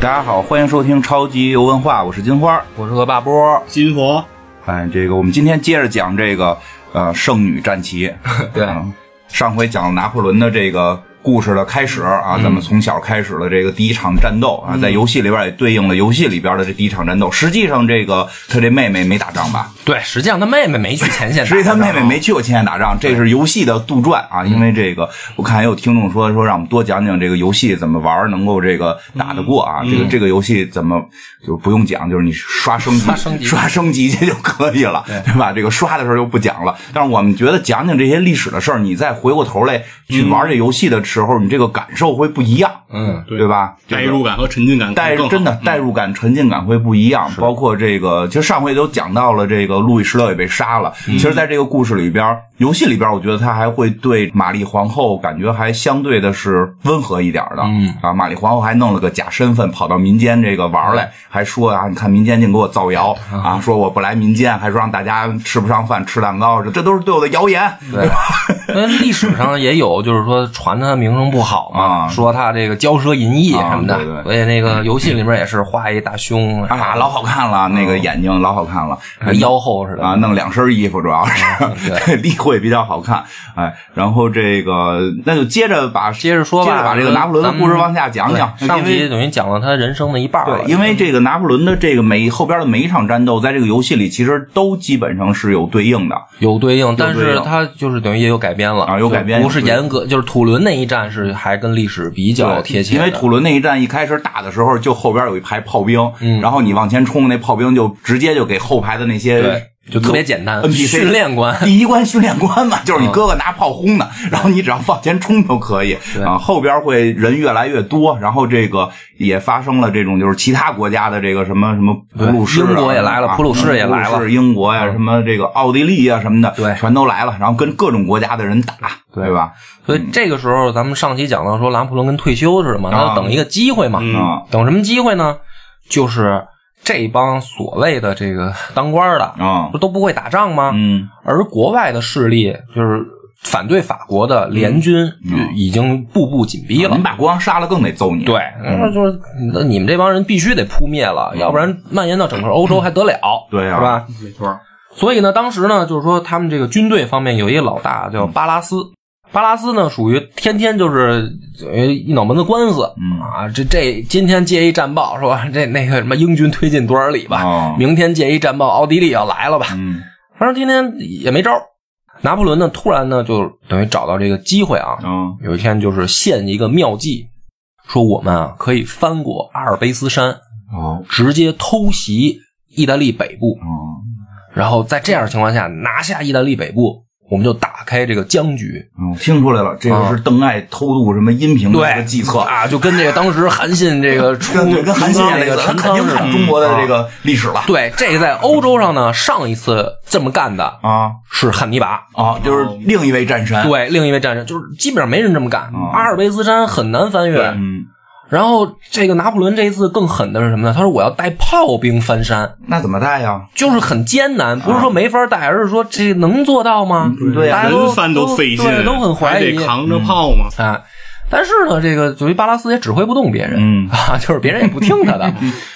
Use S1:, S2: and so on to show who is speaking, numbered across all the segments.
S1: 大家好，欢迎收听超级游文化，我是金花。
S2: 我是恶霸波，
S3: 金佛
S1: 哎，这个我们今天接着讲这个呃圣女战旗。
S2: 对
S1: 嗯上回讲拿破仑的这个故事的开始啊，咱们从小开始的这个第一场战斗啊，在游戏里边也对应了游戏里边的这第一场战斗。实际上，这个他这妹妹没打仗吧？
S2: 对，实际上他妹妹没去前线打
S1: 实
S2: 的仗，
S1: 际他妹妹没去过前线打仗，这是游戏的杜撰啊。因为这个，我看还有听众说说让我们多讲讲这个游戏怎么玩，能够这个打得过啊。这个这个游戏怎么就不用讲，就是你刷升级、
S2: 刷升级
S1: 刷升级去就可以了，对吧？这个刷的时候就不讲了。但是我们觉得讲讲这些历史的事儿，你再回过头来去玩这游戏的时候，你这个感受会不一样，
S2: 嗯，
S1: 对吧？
S3: 代入感和沉浸感
S1: 代
S3: 更好
S1: 真的代入感、沉浸感会不一样。包括这个，其实上回都讲到了，这个路易十六也被杀了。其实，在这个故事里边，游戏里边，我觉得他还会对玛丽皇后感觉还相对的是温和一点的。
S2: 嗯
S1: 啊，玛丽皇后还弄了个假身份，跑到民间这个玩来，还说啊，你看民间净给我造谣啊，说我不来民间，还说让大家吃不上饭、吃蛋糕，这这都是对我的谣言。
S2: 对，因为历史上也有，就是说传他名声不好嘛，
S1: 啊
S2: 说他这个骄奢淫逸什么的，
S1: 啊对对
S2: 所以那个游戏里面也是画一大胸
S1: 啊，老好看了，那个眼睛老好看了，
S2: 腰后似的
S1: 啊，弄两身衣服主要是
S2: 嗯 对，
S1: 例会比较好看。哎，然后这个那就接着把
S2: 接着说吧
S1: 接着把这个拿破仑的故事往下讲讲，
S2: 对上
S1: 因为
S2: 集等于讲了他人生的一半了
S1: 对，，因为这个拿破仑的这个每后边的每一场战斗，在这个游戏里其实都基本上是有对应的。
S2: 有对应，但
S1: 对
S2: 是
S1: 应
S2: 他就是等于也有改编了
S1: 啊有改编
S2: 就不是严格，就是土伦那一战是还跟历史比较贴切
S1: 因
S2: 的，
S1: 为土伦那一战一开始打的时候，就后边有一排炮兵，
S2: 嗯
S1: 然后你往前冲，那炮兵就直接就给后排的那些
S2: 对就特别简单
S1: NPC
S2: 训练官
S1: 第一关训练官
S2: 嗯
S1: 嘛，就是你哥哥拿炮轰的，然后你只要往前冲就可以
S2: 对
S1: 啊。后边会人越来越多，然后这个也发生了这种就是其他国家的这个什么什么普鲁士啊、
S2: 英国也来了
S1: 啊
S2: 普鲁士也来了嗯
S1: 普鲁士英国呀、什么这个奥地利呀、什么的，
S2: 对
S1: 全都来了，然后跟各种国家的人打，对吧？
S2: 所
S1: 嗯
S2: 以这个时候，咱们上期讲到说，拿破仑跟退休似的嘛，他
S1: 啊
S2: 要等一个机会嘛，
S1: 啊
S2: 等什么机会呢？就是这帮所谓的这个当官的，
S1: 啊
S2: 不都不会打仗吗？
S1: 嗯
S2: 而国外的势力就是反对法国的
S1: 嗯
S2: 联军，就已经步步紧逼了。
S1: 你把国王杀了更得揍你。啊
S2: 对，那就是那你们这帮人必须得扑灭了，
S1: 嗯
S2: 要不然蔓延到整个欧洲还得了？
S1: 对啊
S2: 是吧？
S3: 没错，
S2: 所以呢，当时呢，就是说他们这个军队方面有一个老大叫巴拉斯，巴拉斯呢属于天天就是呃一脑门子官司，
S1: 嗯
S2: 啊，这这今天接一战报说 这那个什么英军推进多少里吧，
S1: 哦
S2: 啊明天接一战报奥地利要来了吧，
S1: 嗯
S2: 反正今天也没招儿。拿破仑呢，突然呢就等于找到这个机会啊，
S1: 嗯
S2: 有一天就是献一个妙计，说我们啊可以翻过阿尔卑斯山，
S1: 哦
S2: 直接偷袭意大利北部。
S1: 哦
S2: 然后在这样的情况下拿下意大利北部，我们就打开这个僵局。
S1: 嗯，听出来了，这
S2: 哦
S1: 个是邓艾偷渡什么音频的一个计策。
S2: 啊，就跟这个当时韩信这个出
S1: 对， 跟韩信
S2: 那
S1: 那
S2: 个
S1: 个，他
S2: 陈
S1: 肯
S2: 仓
S1: 定
S2: 似的
S1: 看中国的这。
S2: 嗯啊
S1: 个历史了
S2: 对，这个在欧洲上呢，上一次这么干的
S1: 啊
S2: 是汉尼拔。
S1: 啊，就是另一位战神。，
S2: 对，另一位战士就是基本上没人这么干。阿尔卑斯山很难翻越，
S1: 嗯，
S2: 然后这个拿破仑这一次更狠的是什么呢？他说我要带炮兵翻山，
S1: 那怎么带呀？
S2: 就是很艰难，不是说没法带，而是说这能做到吗？
S1: 啊嗯对啊呀
S2: 大家都
S3: 人翻
S2: 都
S3: 费劲
S2: 对，，都很怀疑
S3: 还得。扛着炮嘛。
S2: 啊。但是呢，这个由于巴拉斯也指挥不动别人，
S1: 嗯
S2: 啊，就是别人也不听 他的。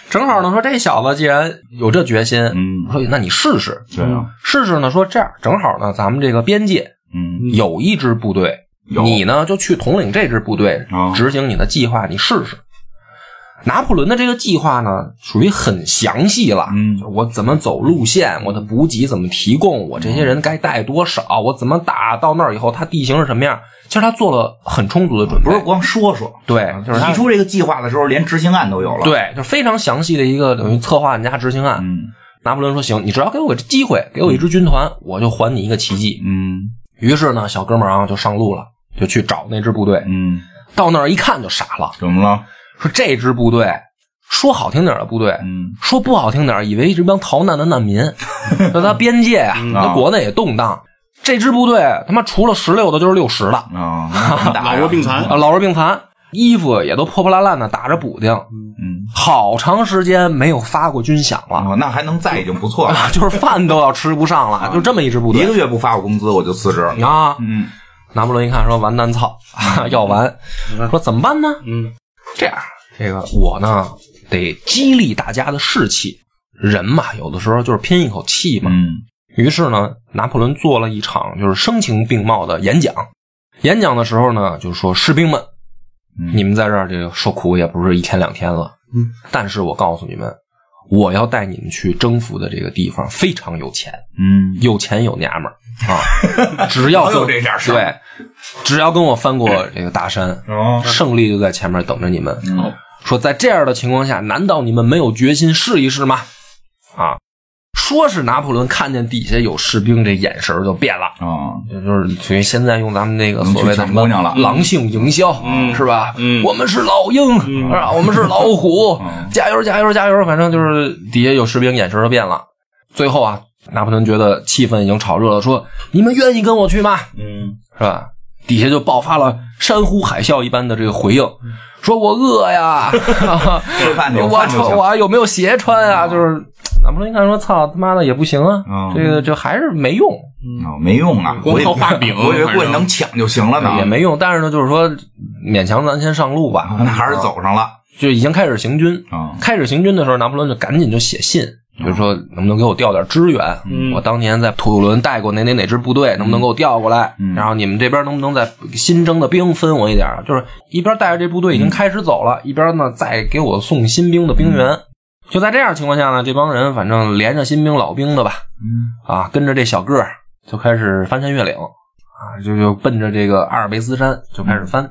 S2: 正好呢，说这小子既然有这决心，
S1: 嗯
S2: 说那你试试，嗯
S1: 对啊，
S2: 试试呢。说这样正好呢，咱们这个边界
S1: 嗯
S2: 有一支部队，
S1: 有
S2: 你呢就去统领这支部队，
S1: 哦
S2: 执行你的计划，你试试。拿破仑的这个计划呢，属于很详细了。
S1: 嗯
S2: 就是我怎么走路线，我的补给怎么提供，我这些人该带多少，我怎么打到那儿以后，他地形是什么样？其实他做了很充足的准备，
S1: 不是光说说，
S2: 对，就是他
S1: 提出这个计划的时候，连执行案都有了。，
S2: 对，就是非常详细的一个等于策划加执行案。
S1: 嗯
S2: 拿破仑说：“行，你只要给我个机会，给我一支军团，我就还你一个奇迹。
S1: 嗯”
S2: 于是呢，小哥们儿啊就上路了，就去找那支部队。
S1: 嗯，
S2: 到那儿一看就傻了，
S1: 怎么了？
S2: 说这支部队说好听点儿的部队，
S1: 嗯
S2: 说不好听点儿，以为这帮逃难的 难民，那他边界啊，
S1: 嗯
S2: 那国内也动荡。这支部队他妈除了十六的，就是六十的，
S1: 啊，那怎么打
S3: 老
S1: 呀
S3: 弱病残
S2: 啊，老弱病残，衣服也都破破烂烂的，打着补丁，
S1: 嗯
S2: 好长时间没有发过军饷了。
S1: 啊，那还能在已经不错了。
S2: 啊，就是饭都要吃不上了，就这么一支部
S1: 嗯啊一
S2: 队
S1: 个月不发我工资，我就辞职。
S2: 啊。
S1: 嗯
S2: 拿破仑一看说完蛋操，要完，说怎么办呢？
S3: 嗯，
S2: 这样，这个我呢得激励大家的士气。人嘛，有的时候就是拼一口气嘛。
S1: 嗯
S2: 于是呢，拿破仑做了一场就是声情并茂的演讲。演讲的时候呢，就说士兵们，
S1: 嗯
S2: 你们在这儿这个受苦也不是一天两天了，
S3: 嗯，
S2: 但是我告诉你们，我要带你们去征服的这个地方非常有钱，
S1: 嗯，
S2: 有钱有娘们 儿啊，只要
S1: 老有
S2: 跟
S1: 这点事
S2: 对
S1: 儿，
S2: 只要跟我翻过这个大山，
S1: 哦，
S2: 胜利就在前面等着你们。
S3: 哦
S1: 嗯
S2: 说在这样的情况下，难道你们没有决心试一试吗？啊，说是拿破仑看见底下有士兵，这眼神儿就变了。
S1: 哦，
S2: 就是属于现在用咱们啊那个
S1: 能去
S2: 所谓的
S1: 抢姑娘了
S2: 啊狼性营销，
S3: 嗯
S2: 是吧？
S3: 嗯
S2: 我们是老鹰，是吧？我们是老虎，
S1: 嗯
S2: 加油，加油，加油！反正就是底下有士兵，眼神就变了。最后啊，拿破仑觉得气氛已经炒热了，说：“你们愿意跟我去吗？”
S3: 嗯，
S2: 是吧？底下就爆发了山呼海啸一般的这个回应，说我饿呀，
S1: 嗯 吃饭有
S2: 我
S1: 饭就
S2: 穿
S1: 行
S2: 我有没有鞋穿啊？就是拿破仑一看说：“操他妈的也不行啊，
S1: 嗯
S2: 这个就还是没用，
S1: 哦没用啊，
S3: 光
S1: 我以
S3: 靠画饼
S1: 我以为
S3: 反正
S1: 过去能抢就行了呢，
S2: 也没用。但是呢，就是说勉强咱先上路吧，
S1: 啊那还是走上了
S2: 就已经开始行军。
S1: 啊，
S2: 开始行军的时候，拿破仑就赶紧就写信，就是说能不能给我调点支援？
S3: 嗯
S2: 我当年在土伦带过哪哪哪支部队，能不能给我调过来？
S1: 嗯
S2: 然后你们这边能不能在新征的兵分我一点儿？就是一边带着这部队已经开始走了，一边呢再给我送新兵的兵员。就在这样情况下呢，这帮人反正连着新兵老兵的吧，
S1: 嗯
S2: 啊，跟着这小个儿就开始翻山越岭啊，就就奔着这个阿尔卑斯山就开始翻。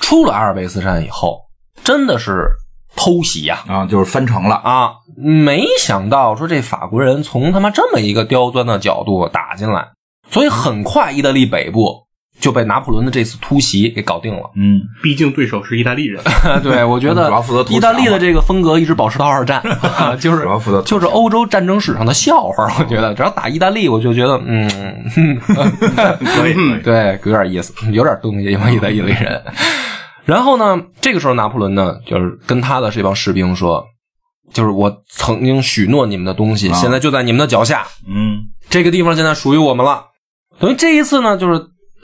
S2: 出了阿尔卑斯山以后，真的是偷袭呀、
S1: 啊，就是翻城了，
S2: 啊！没想到说这法国人从他妈这么一个刁钻的角度打进来，所以很快意大利北部就被拿破仑的这次突袭给搞定了。
S1: 嗯，
S3: 毕竟对手是意大利人，
S2: 对，我觉
S1: 主
S2: 得
S1: 要负责投
S2: 意大
S1: 降
S2: 利的
S1: 嘛
S2: 这个风格一直保持到 二战，啊就是
S1: 主要负责
S2: 就是欧洲战争史上的笑话。我觉得只要打意大利，我就觉得嗯，
S1: 可以，
S3: 嗯
S1: 可以
S2: 对，有点意思，有点东西，因为意大利人。然后呢，这个时候拿破仑呢，就是跟他的这帮士兵说，就是我曾经许诺你们的东西，
S1: 啊
S2: 现在就在你们的脚下，
S1: 嗯
S2: 这个地方现在属于我们了。等于这一次呢，就是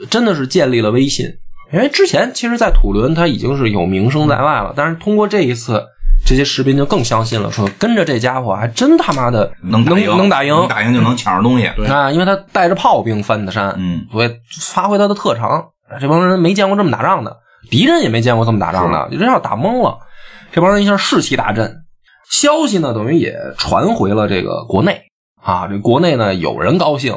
S2: 真的是建立了威信，因为之前其实，在土伦他已经是有名声在外了，但是通过这一次，这些士兵就更相信了，说跟着这家伙还真他妈的
S1: 能打
S2: 能
S1: 赢
S2: 能打赢
S1: 能打赢就能抢着东西，
S3: 对
S2: 啊，因为他带着炮兵翻的山，
S1: 嗯
S2: 所以发挥他的特长。哎这帮人没见过这么打仗的，敌人也没见过这么打仗的，真要打懵了。这帮人一下士气大振，消息呢等于也传回了这个国内啊。这国内呢有人高兴，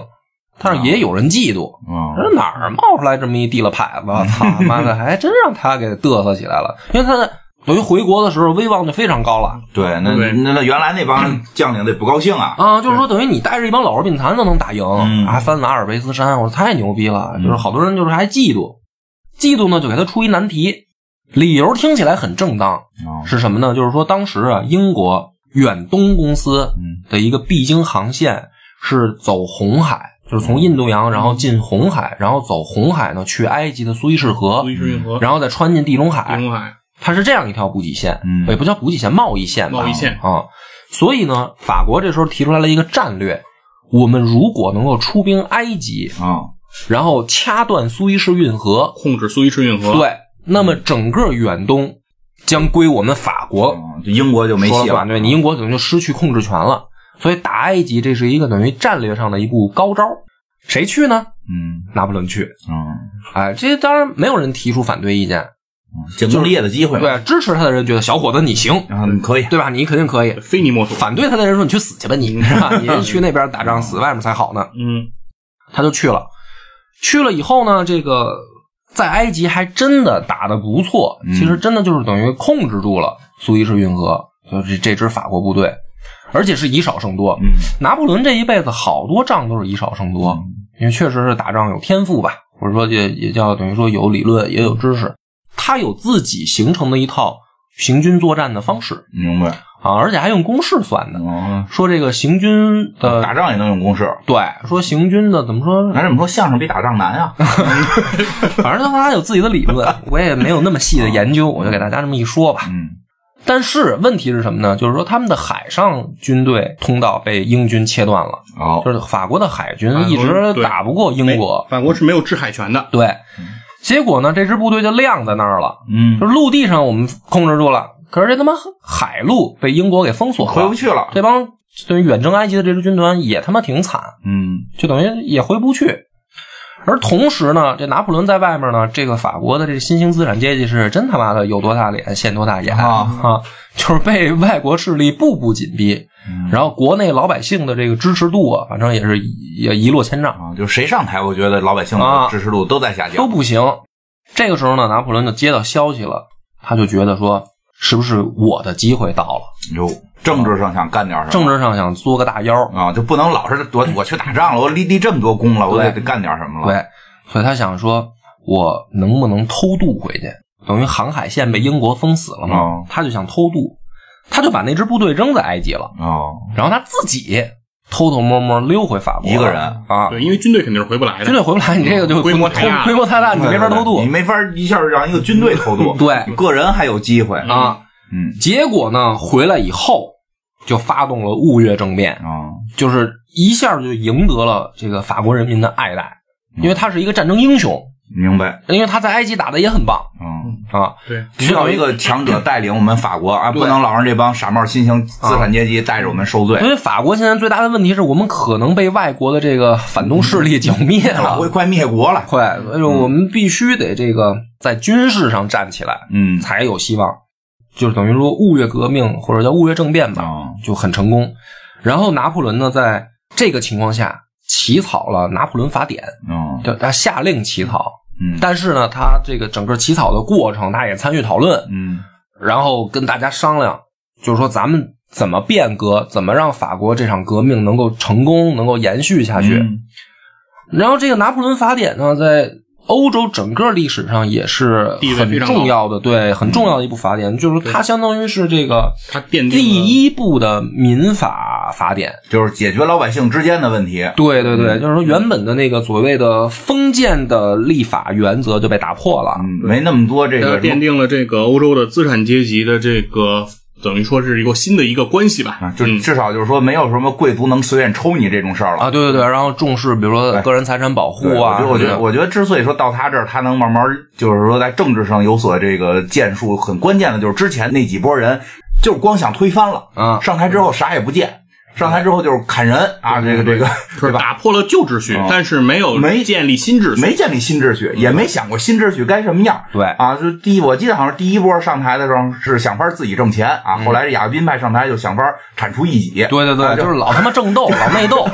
S2: 但是也有人嫉妒。
S1: 啊
S2: 这哪儿冒出来这么一地了牌子？我操他妈的，还真让他给嘚瑟起来了。因为他的等于回国的时候威望就非常高了
S1: 对，那
S3: 对
S1: 那那原来那帮将领得不高兴啊，
S2: 啊，就是说等于你带着一帮老弱病残都能打赢，
S1: 嗯
S2: 还翻了阿尔卑斯山，我说太牛逼了！
S1: 嗯
S2: 就是好多人就是还嫉妒，嫉妒呢就给他出一难题，理由听起来很正当，
S1: 啊
S2: 是什么呢？就是说当时啊，英国远东公司
S1: 嗯
S2: 的一个必经航线是走红海，就是从印度洋然后进红海，然后走红海呢去埃及的苏伊士河
S3: 苏，伊士运河、
S2: 然后再穿进地中海，
S3: 地中海、
S2: 它是这样一条补给线，
S1: 嗯
S2: 也不叫补给线，贸易线吧，
S3: 贸易线
S2: 啊。所以呢，法国这时候提出来了一个战略：我们如果能够出兵埃及，
S1: 啊，
S2: 然后掐断苏伊士运河，
S3: 控制苏伊士运河，，
S2: 对，那么整个远东将归我们法国
S1: 嗯就英国就没
S2: 说
S1: 戏
S2: 了
S1: 了，
S2: 算。对，你英国等于就失去控制权了。所以打埃及这是一个等于战略上的一步高招，谁去呢？
S1: 嗯
S2: 拿破仑去。
S1: 嗯，
S2: 哎，这当然没有人提出反对意见，
S1: 哦建功立业的机会，，
S2: 对，支持他的人觉得小伙子你行，
S1: 然后你可以，
S2: 对吧？你肯定可以。
S3: 非你莫属。
S2: 反对他的人说：“你去死去吧 你，是吧？你去那边打仗，死外面才好呢。
S3: 嗯，”
S2: 他就去了。去了以后呢，这个在埃及还真的打得不错，
S1: 嗯
S2: 其实真的就是等于控制住了苏伊士运河，就是这支法国部队，而且是以少胜多。
S1: 嗯
S2: 拿破仑这一辈子好多仗都是以少胜多，因为确实是打仗有天赋吧，或者说也也叫等于说有理论也有知识，他有自己形成的一套行军作战的方式
S1: 明白，
S2: 啊，而且还用公式算的。
S1: 哦，
S2: 说这个行军的
S1: 打仗也能用公式，
S2: 对，说行军的怎么说？
S1: 那这么说相声比打仗难啊？
S2: 反正他有自己的理论，我也没有那么细的研究，我就给大家这么一说吧。
S1: 嗯
S2: 但是问题是什么呢？就是说他们的海上军队通道被英军切断了，
S1: 哦
S2: 就是法国的海军
S3: 法国
S2: 一直
S3: 对
S2: 打不过英国，
S3: 法国是没有制海权的，
S2: 对。结果呢，这支部队就晾在那儿了，
S1: 嗯
S2: 就，是陆地上我们控制住了，可是这他妈海路被英国给封锁
S1: 回不
S2: 了，
S1: 去了，
S2: 这帮对于远征埃及的这支军团也他妈挺惨，
S1: 嗯
S2: 就等于也回不去。而同时呢，这拿破仑在外面呢，这个法国的这新兴资产阶级是真他妈的有多大脸现多大眼
S1: 啊
S2: 就是被外国势力步步紧逼，
S1: 嗯
S2: 然后国内老百姓的这个支持度啊，反正也是一也一落千丈，
S1: 啊，就谁上台，我觉得老百姓的
S2: 啊
S1: 支持度都在下
S2: 都
S1: 降，
S2: 不行。这个时候呢，拿破仑就接到消息了，他就觉得说，是不是我的机会到了？
S1: 哟，政治上想干点什么，
S2: 政治上想作个大妖，
S1: 啊，就不能老是我我去打仗了，我立立这么多功了，我得得干点什么了，
S2: 对，所以他想说，我能不能偷渡回去？等于航海线被英国封死了嘛，
S1: 哦
S2: 他就想偷渡，他就把那支部队扔在埃及了，
S1: 哦，
S2: 然后他自己偷偷摸摸溜回法国了，
S1: 一个人
S2: 啊，
S3: 对，因为军队肯定是回不来的。
S2: 军队回不来，你这个就
S3: 规模
S2: 偷
S3: 太大了
S2: 规模太大，你没法偷渡
S1: 你没法一下让一个军队偷渡，
S2: 对
S1: 你个人还有机会，
S2: 啊。
S1: 嗯
S2: 结果呢，回来以后就发动了雾月政变，
S1: 啊，
S2: 就是一下就赢得了这个法国人民的爱戴，因为他是一个战争英雄，
S1: 明白，
S2: 因为他在埃及打的也很棒
S1: 嗯，
S2: 啊。
S3: 对，
S1: 需要一个强者带领我们法国啊，
S2: 对
S1: 不能老让这帮傻帽新兴资产阶级带着我们受罪
S2: 因，为法国现在最大的问题是我们可能被外国的这个反动势力剿灭
S1: 法国
S2: 了，
S1: 快灭国了，
S2: 快，所以我们必须得这个在军事上站起来
S1: 嗯
S2: 才有希望。就是等于说雾月革命或者叫雾月政变吧，
S1: 啊，
S2: 就很成功。然后拿破仑呢，在这个情况下起草了《拿破仑法典》，
S1: 嗯
S2: 对，他下令起草。
S1: 嗯
S2: 但是呢，他这个整个起草的过程，他也参与讨论，
S1: 嗯
S2: 然后跟大家商量，就是说咱们怎么变革，怎么让法国这场革命能够成功，能够延续下去。
S1: 嗯
S2: 然后这个《拿破仑法典》呢，在欧洲整个历史上也是
S3: 地位
S2: 很
S3: 非常高
S2: 重要的，
S1: 嗯
S2: 对，很重要的一部法典，就是它相当于是这个
S3: 他奠定了
S2: 第一部的民法法典。
S1: 就是解决老百姓之间的问题，
S2: 对对
S1: 嗯
S2: 对，就是说原本的那个所谓的封建的立法原则就被打破了。
S1: 嗯，没那么多这
S3: 他
S2: 呃
S1: 个什
S3: 呃奠
S1: 么
S3: 定了这个欧洲的资产阶级的这个等于说是一个新的一个关系吧。
S1: 啊，就
S3: 嗯
S1: 至少就是说没有什么贵族能随便抽你这种事儿了
S2: 啊，对对对，然后重视比如说
S1: 哎
S2: 个人财产保
S1: 对
S2: 护啊，
S1: 我觉得，我觉
S2: 什
S1: 得，
S2: 么的
S1: 我觉得，之所以说到他这儿，他能慢慢就是说在政治上有所这个建树，很关键的就是之前那几波人就是光想推翻了，
S2: 啊，
S1: 上台之后啥也不见，上台之后就是砍人啊，这个这个
S3: 是打破了旧秩序
S2: 哦
S1: 啊，
S3: 但是没有
S1: 没
S3: 建立新秩序。
S1: 没建立新秩序，也没想过新秩序该什么样。
S2: 对
S1: 啊，就第一，我记得好像第一波上台的时候是想法自己挣钱啊，
S2: 嗯
S1: 后来雅各宾派上台就想法铲除异己，
S2: 对对
S1: 啊
S2: 对，就是老他妈正斗，老内 斗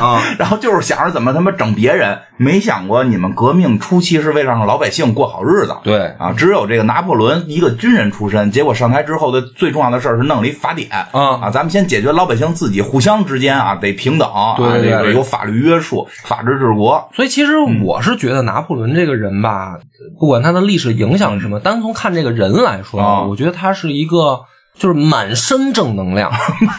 S2: 啊，
S1: 然后就是想着怎么他妈整别人，没想过你们革命初期是为了让老百姓过好日子。
S2: 对
S1: 啊，只有这个拿破仑一个军人出身，结果上台之后的最重要的事儿是弄了一法典。
S2: 啊，
S1: 啊，咱们先解决老百姓自己互相之间啊得平等，啊
S2: 对对
S1: 这个
S2: 对
S1: 有法律约束，法治治国。
S2: 所以其实
S1: 嗯
S2: 我是觉得拿破仑这个人吧，不管他的历史影响是什么，单从看这个人来说啊，
S1: 啊
S2: 我觉得他是一个就是满身正能量，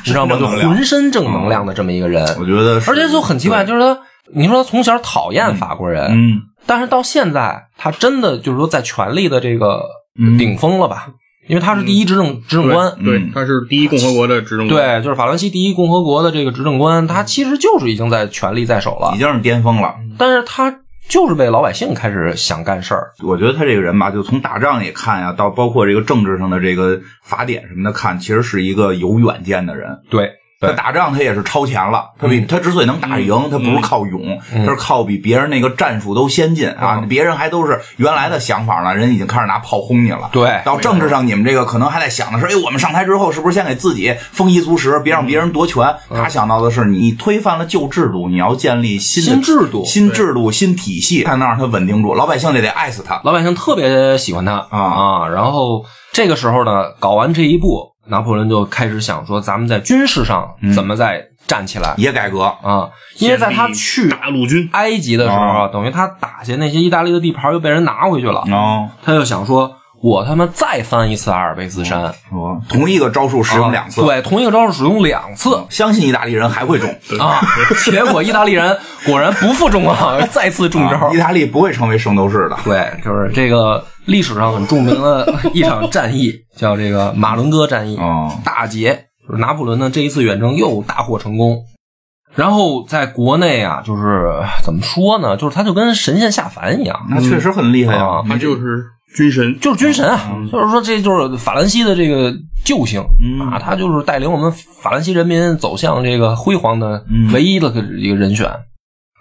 S2: 你知道吗？
S1: 正
S2: 就
S1: 能量啊
S2: 浑身正能量的这么一个人，
S1: 我觉得是，
S2: 而且就很奇怪，就是他，你说他从小讨厌法国人，
S1: 嗯，
S2: 但是到现在他真的就是说在权力的这个
S1: 嗯
S2: 顶峰了吧？因为他是第一执政执政官，
S3: 对
S1: 嗯，
S3: 他是第一共和国的执政官。
S2: 对，就是法兰西第一共和国的这个执政官，他其实就是已经在权力在手了
S1: 已，经是巅峰了。
S2: 但是他就是被老百姓开始想干事儿，
S1: 我觉得他这个人吧，就从打仗也看呀，到包括这个政治上的这个法典什么的看，其实是一个有远见的人。
S2: 对，嗯
S1: 他打仗他也是超前了，他比、他之所以能打赢，他不是靠勇，他是靠比别人那个战术都先进啊，
S2: 嗯
S1: 别人还都是原来的想法呢，人已经开始拿炮轰你了。
S2: 对
S1: 到政治上你们这个可能还在想的是，哎，我们上台之后是不是先给自己丰衣足食，别
S2: 嗯
S1: 让别人夺权？他想到的是，你推翻了旧制度，你要建立新
S2: 新
S1: 的
S2: 制度，
S1: 新制度、新体系，才能让它稳定住，老百姓得得爱死他。
S2: 老百姓特别喜欢他
S1: 啊
S2: 啊。然后这个时候呢，搞完这一步，拿破仑就开始想说，咱们在军事上
S1: 嗯
S2: 怎么再站起来、
S1: 也改革，
S2: 啊？因为在他去
S3: 大陆军，
S2: 埃及的时候啊，等于他打下那些意大利的地盘又被人拿回去了，
S1: 哦，
S2: 他就想说，我他妈再翻一次阿尔卑斯山，
S1: 哦同一个招数使用两次，嗯
S2: 啊对，同一个招数使用两次。
S1: 相信意大利人还会中。
S2: 啊！结果意大利人果然不负众望， 再次中招。
S1: 啊意大利不会成为圣斗士的。
S2: 对，就是这个历史上很著名的一场战役，叫这个马伦哥战役，
S1: 哦，
S2: 大捷。拿破仑呢这一次远征又大获成功，然后在国内啊，就是怎么说呢？就是他就跟神仙下凡一样，
S1: 那确实很厉害啊
S2: 啊！
S3: 他就是军神，
S2: 就是军神啊，
S1: 嗯
S2: 就是说这就是法兰西的这个救星、啊，他就是带领我们法兰西人民走向这个辉煌的
S1: 嗯
S2: 唯一的一个人选。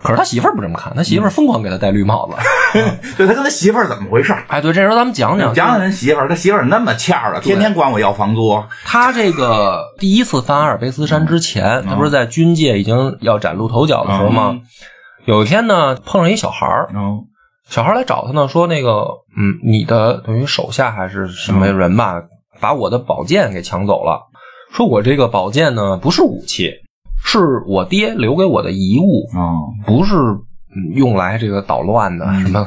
S2: 可是他媳妇儿不这么看，他媳妇儿疯狂给他戴绿帽
S1: 嗯
S2: 子。
S1: 对他跟他媳妇儿怎么回事儿？
S2: 哎，对，这时候咱们讲讲，
S1: 讲讲他媳妇儿，他媳妇儿那么欠儿的，天天管我要房租，
S2: 他这个第一次翻阿尔卑斯山之前，
S1: 嗯
S2: 他不是在军界已经要崭露头角的时候吗？有一天呢，碰上一小孩儿，
S1: 嗯
S2: 小孩儿来找他呢，说那个，嗯，你的等于手下还是什么人吧，把我的宝剑给抢走了。说我这个宝剑呢，不是武器，是我爹留给我的遗物，
S1: 嗯，
S2: 不是嗯用来这个捣乱的什么的、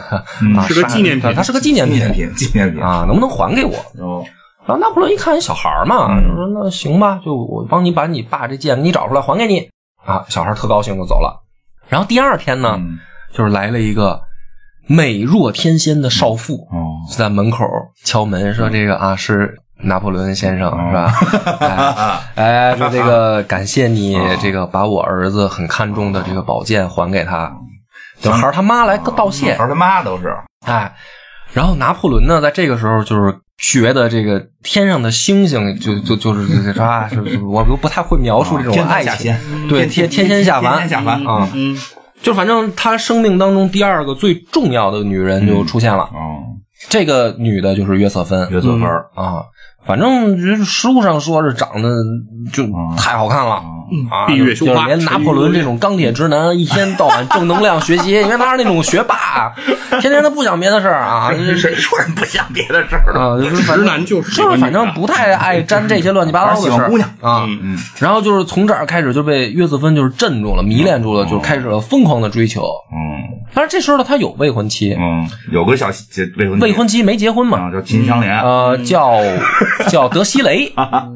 S2: 啊，
S3: 是个
S2: 杀
S3: 纪念品
S2: 它是个纪念
S1: 纪
S2: 品
S1: 念品，纪念品，
S2: 啊，能不能还给我？
S1: 哦，
S2: 然后拿破仑一看，一小孩儿嘛，
S1: 嗯
S2: 就说那行吧，就我帮你把你爸这剑给你找出来还给你啊。小孩儿特高兴就走了。然后第二天呢，
S1: 嗯，
S2: 就是来了一个美若天仙的少妇，
S1: 哦，
S2: 就在门口敲门说：“这个啊是拿破仑先生
S1: 嗯
S2: 是 吧？
S1: 啊，
S2: 哎，哎说这个感谢你
S1: 哦
S2: 这个把我儿子很看重的这个宝剑还给他。”等孩儿他妈来道谢，
S1: 孩儿他妈都是，
S2: 哎，然后拿破仑呢，在这个时候就是觉得这个天上的星星就就就是就是说啊，是是我都不太会描述这
S1: 哦
S2: 种
S1: 天
S2: 爱
S1: 下
S2: 情，
S1: 仙，
S2: 对天天仙下
S1: 天
S2: 凡
S1: 仙下凡，
S2: 啊，
S3: 嗯，嗯
S2: 就反正他生命当中第二个最重要的女人
S3: 嗯
S2: 就出现了，
S1: 哦，
S2: 这个女的就是约瑟芬
S1: 约瑟芬儿，
S2: 啊，反正就是实物上说是长得就太好看了。
S1: 嗯
S2: 啊，
S3: 闭月羞
S2: 就是
S3: 花
S2: 连拿破仑这种钢铁直男，一天到晚正能量学习。 你看他是那种学霸，天天他不想别的事儿 啊，
S1: 谁说人不想别的事儿了？
S2: 啊，就是反正
S3: 直男就是这
S2: 就是
S3: 个女的
S2: 反正不太爱沾这些乱七八糟的
S1: 喜
S2: 事
S1: 欢
S2: 儿
S1: 姑娘
S2: 啊。
S3: 嗯
S1: 嗯，
S2: 然后就是从这儿开始就被约瑟芬就是震住了，迷恋住了，
S3: 嗯
S2: 就开始了疯狂的追求。
S1: 嗯
S2: 但是这时候呢，他有未婚妻，
S1: 嗯，有个小这未婚妻
S2: 未婚妻没结婚嘛，
S1: 啊，叫秦香莲，
S2: 呃，叫叫德西雷，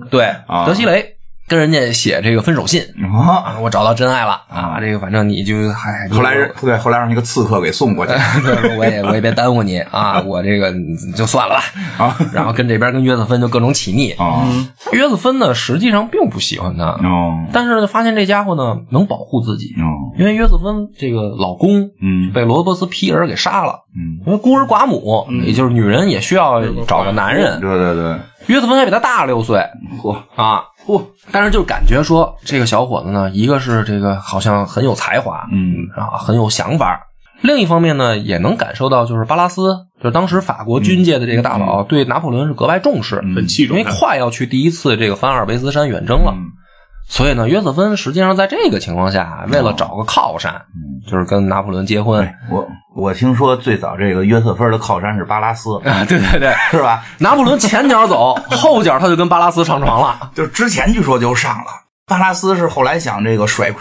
S2: 对，
S1: 嗯啊
S2: 德西雷跟人家写这个分手信
S1: 啊，
S2: 啊，我找到真爱了啊，这个反正你就还
S1: 后来人对，后来让那个刺客给送过去
S2: 对， 我也我也别耽误你啊，我这个就算了吧。
S1: 啊
S2: 然后跟这边跟约瑟芬就各种起腻，
S1: 啊，
S2: 约瑟芬呢实际上并不喜欢他，
S1: 哦
S2: 但是呢发现这家伙呢能保护自己，
S1: 哦，
S2: 因为约瑟芬这个老公
S1: 嗯
S2: 被罗伯斯皮尔给杀了，
S1: 嗯，
S2: 因为孤儿寡母，也就是女人也需要找个男
S1: 嗯
S2: 人
S1: 对。对对，
S2: 约瑟芬还比他大六岁
S1: 嚯
S2: 啊，
S1: 嚯，
S2: 但是就感觉说这个小伙子呢，一个是这个好像很有才华，
S1: 嗯
S2: 啊，很有想法。另一方面呢，也能感受到，就是巴拉斯，就是当时法国军界的这个大佬，对拿破仑是格外重视，
S1: 嗯
S3: 很器
S2: 因
S3: 重
S2: 为
S3: 他，
S2: 快要去第一次这个翻阿尔卑斯山远征了，
S1: 嗯
S2: 所以呢，约瑟芬实际上在这个情况下，为
S1: 哦
S2: 了找个靠山，
S1: 嗯
S2: 就是跟拿破仑结婚
S1: 我我听说最早这个约瑟芬的靠山是巴拉斯，
S2: 啊，对对对，
S1: 是吧？
S2: 拿破仑前脚 走，后脚他就跟巴拉斯上床 了，
S1: 就之前据说就上了。巴拉斯是后来想这个甩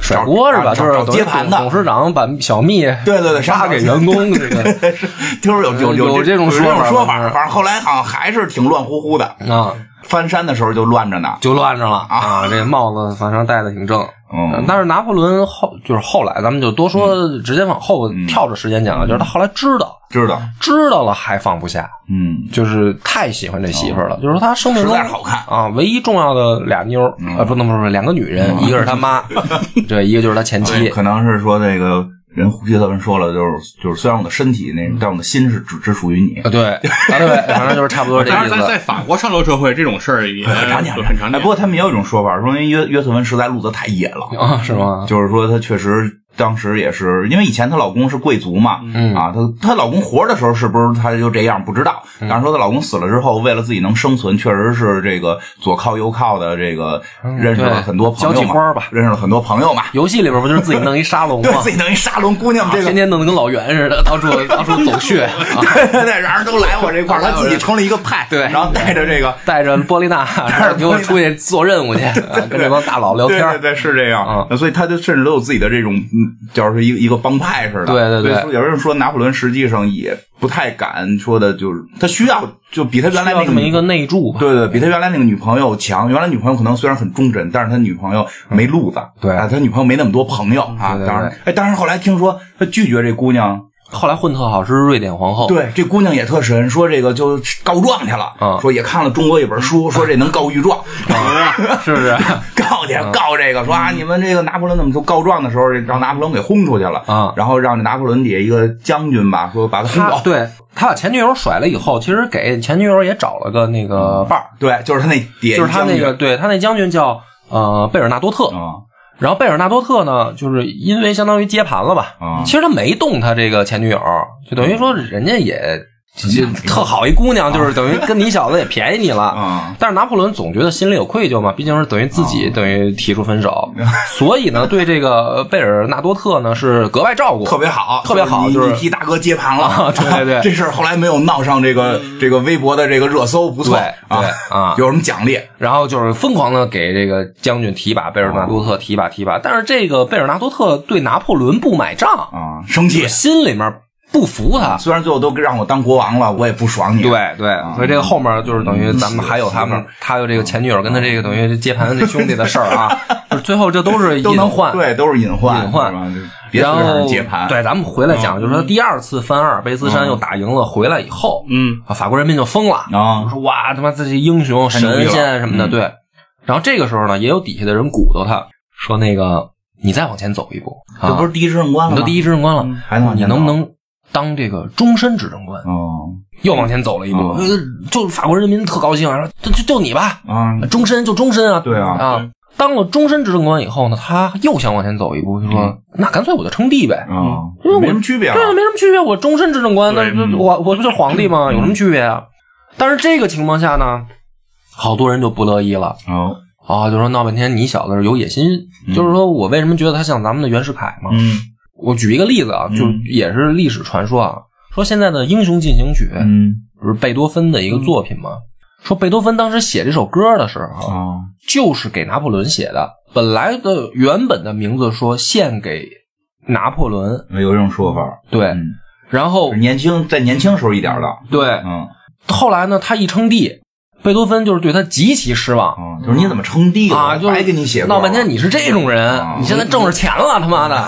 S2: 甩锅是
S1: 找
S2: 吧？就是
S1: 找
S2: 董
S1: 接盘
S2: 董
S1: 的，
S2: 事长把小蜜
S1: 对对对，
S2: 发
S1: 上
S2: 给员 工这个
S1: 就是有有
S2: 呃有这
S1: 这
S2: 种
S1: 有这
S2: 说法
S1: 种说法
S2: 反，正
S1: 反正后来好像还是挺乱乎乎的。
S2: 啊，
S1: 翻山的时候就乱着呢，
S2: 就乱着了啊！哦这帽子反正戴的挺正，
S1: 嗯
S2: 但是拿破仑后就是后来，咱们就多说，直接往后跳着时间讲，啊就是他后来知道
S1: 知道？
S2: 知道了还放不下，
S1: 嗯，
S2: 就是太喜欢这媳妇儿了，哦就是说他生命
S1: 实
S2: 中
S1: 在是好看
S2: 啊，唯一重要的俩妞儿啊，不能不是两个女人，一个是他 妈，嗯对，一个就是他前妻
S1: 可能是说那个人约瑟芬说了，就是就是虽然我的身体
S2: 嗯
S1: 那个，但我的心是只只属于你
S2: 啊，。对，啊对，反正就是差不多这
S3: 当
S2: 意
S3: 然在在
S2: 思。
S3: 法国上流社会这种事儿也
S2: 呃
S1: 很常见，
S3: 很常
S1: 哎，
S3: 见
S1: 不。过他们也有一种说法，说因为约约瑟芬实在路子太野了，
S2: 啊，是吗？
S1: 就是说她确实当时也是，因为以前她老公是贵族嘛，
S2: 嗯
S1: 啊，她她老公活着的时候是不是她就这样不知道，
S2: 嗯
S1: 但是说她老公死了之后，为了自己能生存，确实是这个左靠右靠的这个认识了
S2: 嗯对
S1: 很多朋
S2: 交
S1: 友
S2: 际花
S1: 嘛
S2: 儿吧，嗯
S1: 认识了很多朋友嘛，
S2: 游戏里边不就是自己弄一沙龙吗啊
S1: 对？自己弄一沙龙姑娘这个
S2: 天。天弄得跟老袁似的，到处到处 走穴啊，
S1: 对对对，然后都来我这块儿，他自己成了一个派，
S2: 对
S1: 然后带着这个，
S2: 带着波丽娜，然后给我出去做任务去，啊跟这帮大佬聊
S1: 对
S2: 天儿
S1: 对。对，是这样
S2: 嗯。
S1: 那所以他就甚至都有自己的这种，嗯就是一个一个帮派似的。
S2: 对对对
S1: 所以有人说拿破仑实际上也不太敢说的，就是他需要就比他原来
S2: 需要
S1: 那
S2: 这么一
S1: 个
S2: 个
S1: 女。
S2: 内助吧？
S1: 对对，比他原来那个女朋友强。原来女朋友可能虽然很忠贞，但是他女朋友没路子，
S2: 嗯对
S1: 啊，他女朋友没那么多朋友啊。
S2: 对对对
S1: 当然，哎，但是后来听说他拒绝这姑娘，
S2: 后来混特好是瑞典皇后，
S1: 对，这姑娘也特神，说这个就告状去了，
S2: 啊
S1: 说也看了中国一本书，说这能告御 状，
S2: 是 不啊是？
S1: 告去
S2: 嗯
S1: 告这个，说啊，你们这个拿破仑怎么就告状的时候，让拿破仑给轰出去了
S2: 啊
S1: 然后让这拿破仑底下一个将军吧，说把他轰
S2: 他
S1: 走，
S2: 对他把前女友甩了以后，其实给前女友也找了个那个伴儿，
S1: 对，就是他那底下
S2: 就
S1: 一
S2: 是他
S1: 将
S2: 那
S1: 军
S2: 个对他那将军叫呃贝尔纳多特，
S1: 啊
S2: 然后贝尔纳多特呢，就是因为相当于接盘了吧，
S1: 啊
S2: 其实他没动他这个前女友，就等于说人家也就
S1: 没动
S2: 特好一姑娘，就是等于跟你小子也便宜你了。
S1: 啊，
S2: 但是拿破仑总觉得心里有愧疚嘛，毕竟是等于自己等于提出分手，
S1: 啊
S2: 所以呢，对这个贝尔纳多特呢是格外照顾，
S1: 特别好，
S2: 特别好
S1: 你
S2: 就是
S1: 你替大哥接盘了，
S2: 对对对 嗯
S1: 这事儿后来没有闹上这个这个微博的这个热搜，不错
S2: 对对
S1: 啊
S2: 啊，
S1: 有什么奖励？
S2: 然后就是疯狂的给这个将军提一把，贝尔纳多
S1: 啊
S2: 特提一把提一把。但是这个贝尔纳多特对拿破仑不买账，
S1: 啊，生气。
S2: 心里面不服他。
S1: 虽然最后都让我当国王了，我也不爽你。，
S2: 对对，
S1: 啊
S2: 所以这个后面就是等于咱们还有他
S1: 嗯
S2: 们，他有这个前女友跟他这个等于接盘这兄弟的事儿 啊，就是最后这都是
S1: 都
S2: 隐
S1: 能
S2: 患。
S1: 对，都是隐患，
S2: 隐患
S1: 是吧，就别
S2: 然
S1: 随
S2: 后
S1: 便接盘。嗯
S2: 对，咱们回来讲，就是说第二次翻二，贝斯山又打赢了，回来以后，
S3: 嗯，
S2: 啊法国人民就疯了，
S1: 啊，
S2: 说哇他妈自己英雄
S1: 太牛逼
S2: 神
S1: 了
S2: 仙什么的，
S1: 嗯
S2: 对。然后这个时候呢，也有底下的人鼓捣他，说那个你再往前走一步，啊
S1: 这不是第一执政官了
S2: 你
S1: 吗？
S2: 都第一执政官了
S1: 嗯，还能往
S2: 你
S1: 前走
S2: 能不能当这个终身执政官？
S1: 哦
S2: 又往前走了一步，
S1: 哦
S2: 呃就法国人民特高兴啊，说就就就你吧，
S1: 啊，
S2: 终身就终身 啊，
S1: 对啊
S2: 啊。当了终身执政官以后呢，他又想往前走一步，就说那干脆我就称帝呗，
S1: 啊
S2: 因为，
S1: 嗯
S2: 我
S1: 没什么区别啊
S2: 对。啊，没什么区别。我终身执政官，那
S3: 对
S2: 那
S1: 嗯
S2: 我我不就是皇帝吗？有什么区别啊？但是这个情况下呢，好多人就不乐意了
S1: 哦，
S2: 啊，就说闹半天你小子是有野心，就是说我为什么觉得他像咱们的袁世凯嘛？
S1: 嗯
S2: 我举一个例子啊，就也是历史传说啊，说现在的《英雄进行曲》
S1: 嗯
S2: 不是贝多芬的一个作品嘛？说贝多芬当时写这首歌的时候啊，
S1: 啊
S2: 就是给拿破仑写的，本来的原本的名字说献给拿破仑，
S1: 嗯有这种说法。
S2: 对，
S1: 嗯，
S2: 然后
S1: 年轻在年轻时候一点的，
S2: 对，
S1: 嗯
S2: 后来呢，他一称帝，贝多芬就是对他极其失望
S1: 嗯，就是你怎么称帝了
S2: 啊，就
S1: 白
S2: 是
S1: 给你写
S2: 闹半天
S1: 你
S2: 你是这种人
S1: 啊，
S2: 你现在挣着钱了，他妈的，啊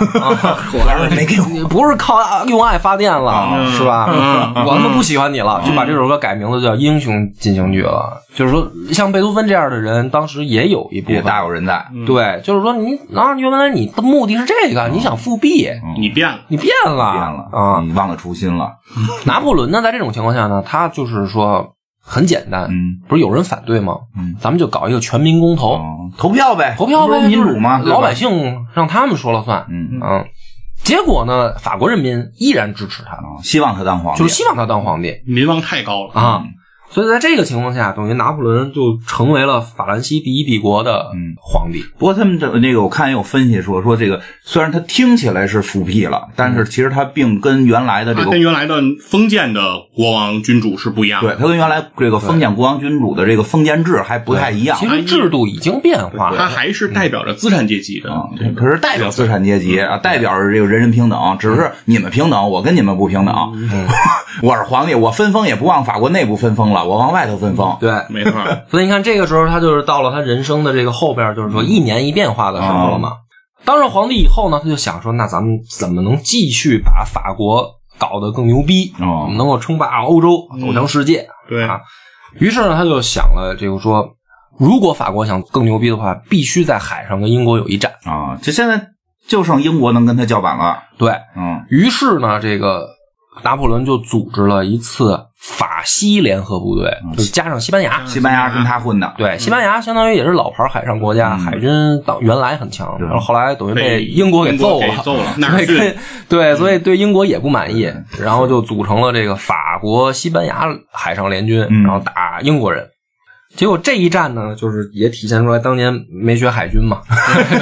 S1: 还 是没给我
S2: 你不是靠用爱发电了
S1: 啊
S2: 是吧？
S3: 嗯
S2: 我他妈不喜欢你了，
S1: 嗯
S2: 就把这首歌改名字叫《英雄进行曲》了。就是说，像贝多芬这样的人，当时也有一部
S1: 也
S2: 分。
S1: 大有嗯人在。
S2: 对，就是说你啊，原来你的目的是这个，你想复辟，
S3: 你变了，
S2: 你变了，
S1: 嗯变了
S2: 啊！
S1: 你忘了初心了。
S2: 拿破仑呢，在这种情况下呢，他就是说很简单，
S1: 嗯
S2: 不是有人反对吗？
S1: 嗯
S2: 咱们就搞一个全民公投，
S1: 哦，投票呗，
S2: 投票
S1: 不
S2: 呗，
S1: 是民主嘛，
S2: 就
S1: 对
S2: 是
S1: 吧
S2: 老百。姓让他们说了算。
S1: 嗯
S2: 嗯，结果呢，法国人民依然支持他，
S1: 啊，希望他当皇帝，
S2: 就是希望他当皇帝
S3: 民望太高了。
S2: 啊。所以在这个情况下，等于拿破仑就成为了法兰西第一帝国的
S1: 嗯
S2: 皇帝。
S1: 不过他们的那个，我看也有分析说，说这个虽然他听起来是复辟了，但
S2: 嗯
S1: 是其实他并跟原来的这
S2: 啊
S3: 他
S1: 个，
S3: 跟原来的封建的国王君主是不一样
S1: 对
S3: 的。
S1: 他跟原来这个封建国王君主的这个封建制还不太一样
S2: 其。实制度已经变化
S3: 他
S2: 了，
S3: 还是代表着资产阶级的
S1: 啊，
S3: 这
S1: 可
S3: 个
S1: 是代表资产阶
S2: 嗯
S1: 级啊，代表着这个人人平等，只是你们平等，我跟你们不平等。
S2: 嗯
S1: 我是皇帝，我分封也不往法国内部分封了，我往外头分封。
S2: 对。
S3: 没错儿，
S2: 所以你看，这个时候他就是到了他人生的这个后边，就是说一年一变化的时候了嘛。当上皇帝以后呢，他就想说，那咱们怎么能继续把法国搞得更牛逼，
S1: 哦
S2: 能够称霸欧洲，走向世界？
S3: 对
S2: 啊于是呢，他就想了，这个说，如果法国想更牛逼的话，必须在海上跟英国有一战。
S1: 啊，就现在就剩英国能跟他叫板了。
S2: 对
S1: 嗯，
S2: 于是呢，这个拿破仑就组织了一次法西联合部队，
S1: 嗯
S2: 就是加上西班牙。
S3: 嗯
S1: 西班牙跟他混的，
S2: 对，西班牙相当于也是老牌海上国家，海军当原来很强，
S1: 嗯对
S2: 然后后来等于
S3: 被
S2: 被英国给揍
S3: 英国给揍了纳
S2: 对
S3: 尔逊
S2: 跟对，所以
S1: 嗯
S2: 对英国也不满意，然后就组成了这个法国西班牙海上联军，
S1: 嗯
S2: 然后打英国人。结果这一战呢，就是也体现出来当年没学海军嘛，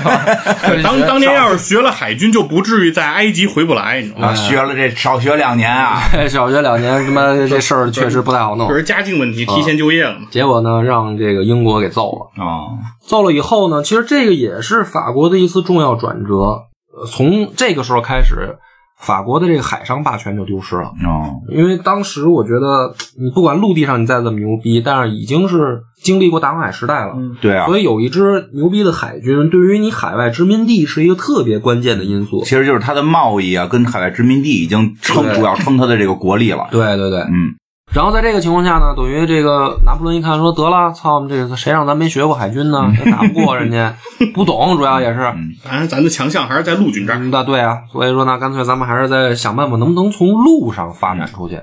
S3: 当当年要是学了海军，就不至于在埃及回不来，你
S2: 嗯
S3: 知道吗？
S1: 啊，学了这少学两年啊，
S2: 小学两年，他妈这事儿确实不太好弄
S3: 就。是家境问题，提前就业了嘛。
S2: 结果呢，让这个英国给揍了。
S1: 哦，
S2: 揍了以后呢，其实这个也是法国的一次重要转折。呃从这个时候开始，法国的这个海上霸权就丢失了。
S1: 哦，
S2: 因为当时我觉得，嗯你不管陆地上你再怎么牛逼，但是已经是经历过大航海时代了，
S3: 嗯
S1: 对啊，
S2: 所以有一支牛逼的海军，对于你海外殖民地是一个特别关键的因素
S1: 其。实就是它的贸易啊，跟海外殖民地已经撑
S2: 对
S1: 主要撑它的这个国力了。
S2: 对对对，
S1: 嗯，
S2: 然后在这个情况下呢，等于这个拿破仑一看说得了，操，我们这个谁让咱没学过海军 呢？这打不过人家，不懂，主要也是。
S1: 嗯
S3: 当然，咱的强项还是在陆军这儿。
S2: 嗯，那对啊，所以说呢，干脆咱们还是再想办法，能不能从路上发展出去。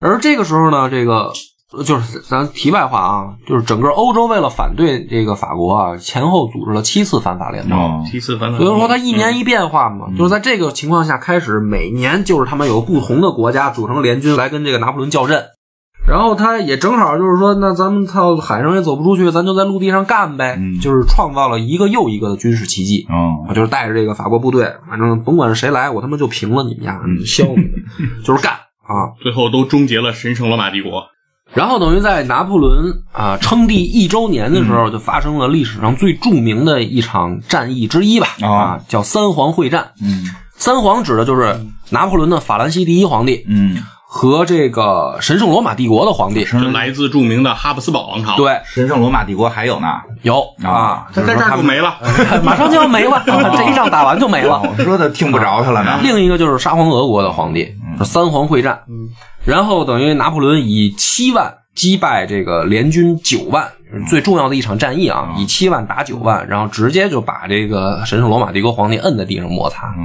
S2: 而这个时候呢，这个呃就是咱题外话啊，就是整个欧洲为了反对这个法国啊，前后组织了七次反法联盟。
S1: 哦，嗯
S3: 七次反嗯反，
S2: 所以说，它一年一变化嘛，就是在这个情况下开始，每年就是他们有不同的国家组成联军来跟这个拿破仑较阵。然后他也正好就是说，那咱们到海上也走不出去，咱就在陆地上干呗，
S1: 嗯
S2: 就是创造了一个又一个的军事奇迹。
S1: 哦，
S2: 我就是带着这个法国部队，反正甭管是谁来，我他妈就平了你们家，
S3: 嗯
S2: 削你 们，就是干啊！
S3: 最后都终结了神圣罗马帝国。
S2: 然后等于在拿破仑啊称帝一周年的时
S3: 嗯
S2: 候，就发生了历史上最著名的一场战役之一吧，
S1: 哦
S2: 啊，叫三皇会战。
S1: 嗯
S2: 三皇指的就是拿破仑的法兰西第一皇帝
S1: 嗯，
S2: 和这个神圣罗马帝国的皇帝。
S3: 这来自著名的哈布斯堡王朝。，
S2: 对，
S1: 神圣罗马帝国还有呢。
S2: 有
S1: 啊
S2: 啊，
S3: 他在这儿就嗯没了。
S2: 马上就要没 了，这一仗打完就没了。
S1: 我说的听不着他了呢。
S2: 另一个就是沙皇俄国的皇帝，是三皇会战，然后等于拿破仑以七万击败这个联军九万，最重要的一场战役啊，以七万打九万，然后直接就把这个神圣罗马帝国皇帝摁在地上摩擦，
S1: 嗯，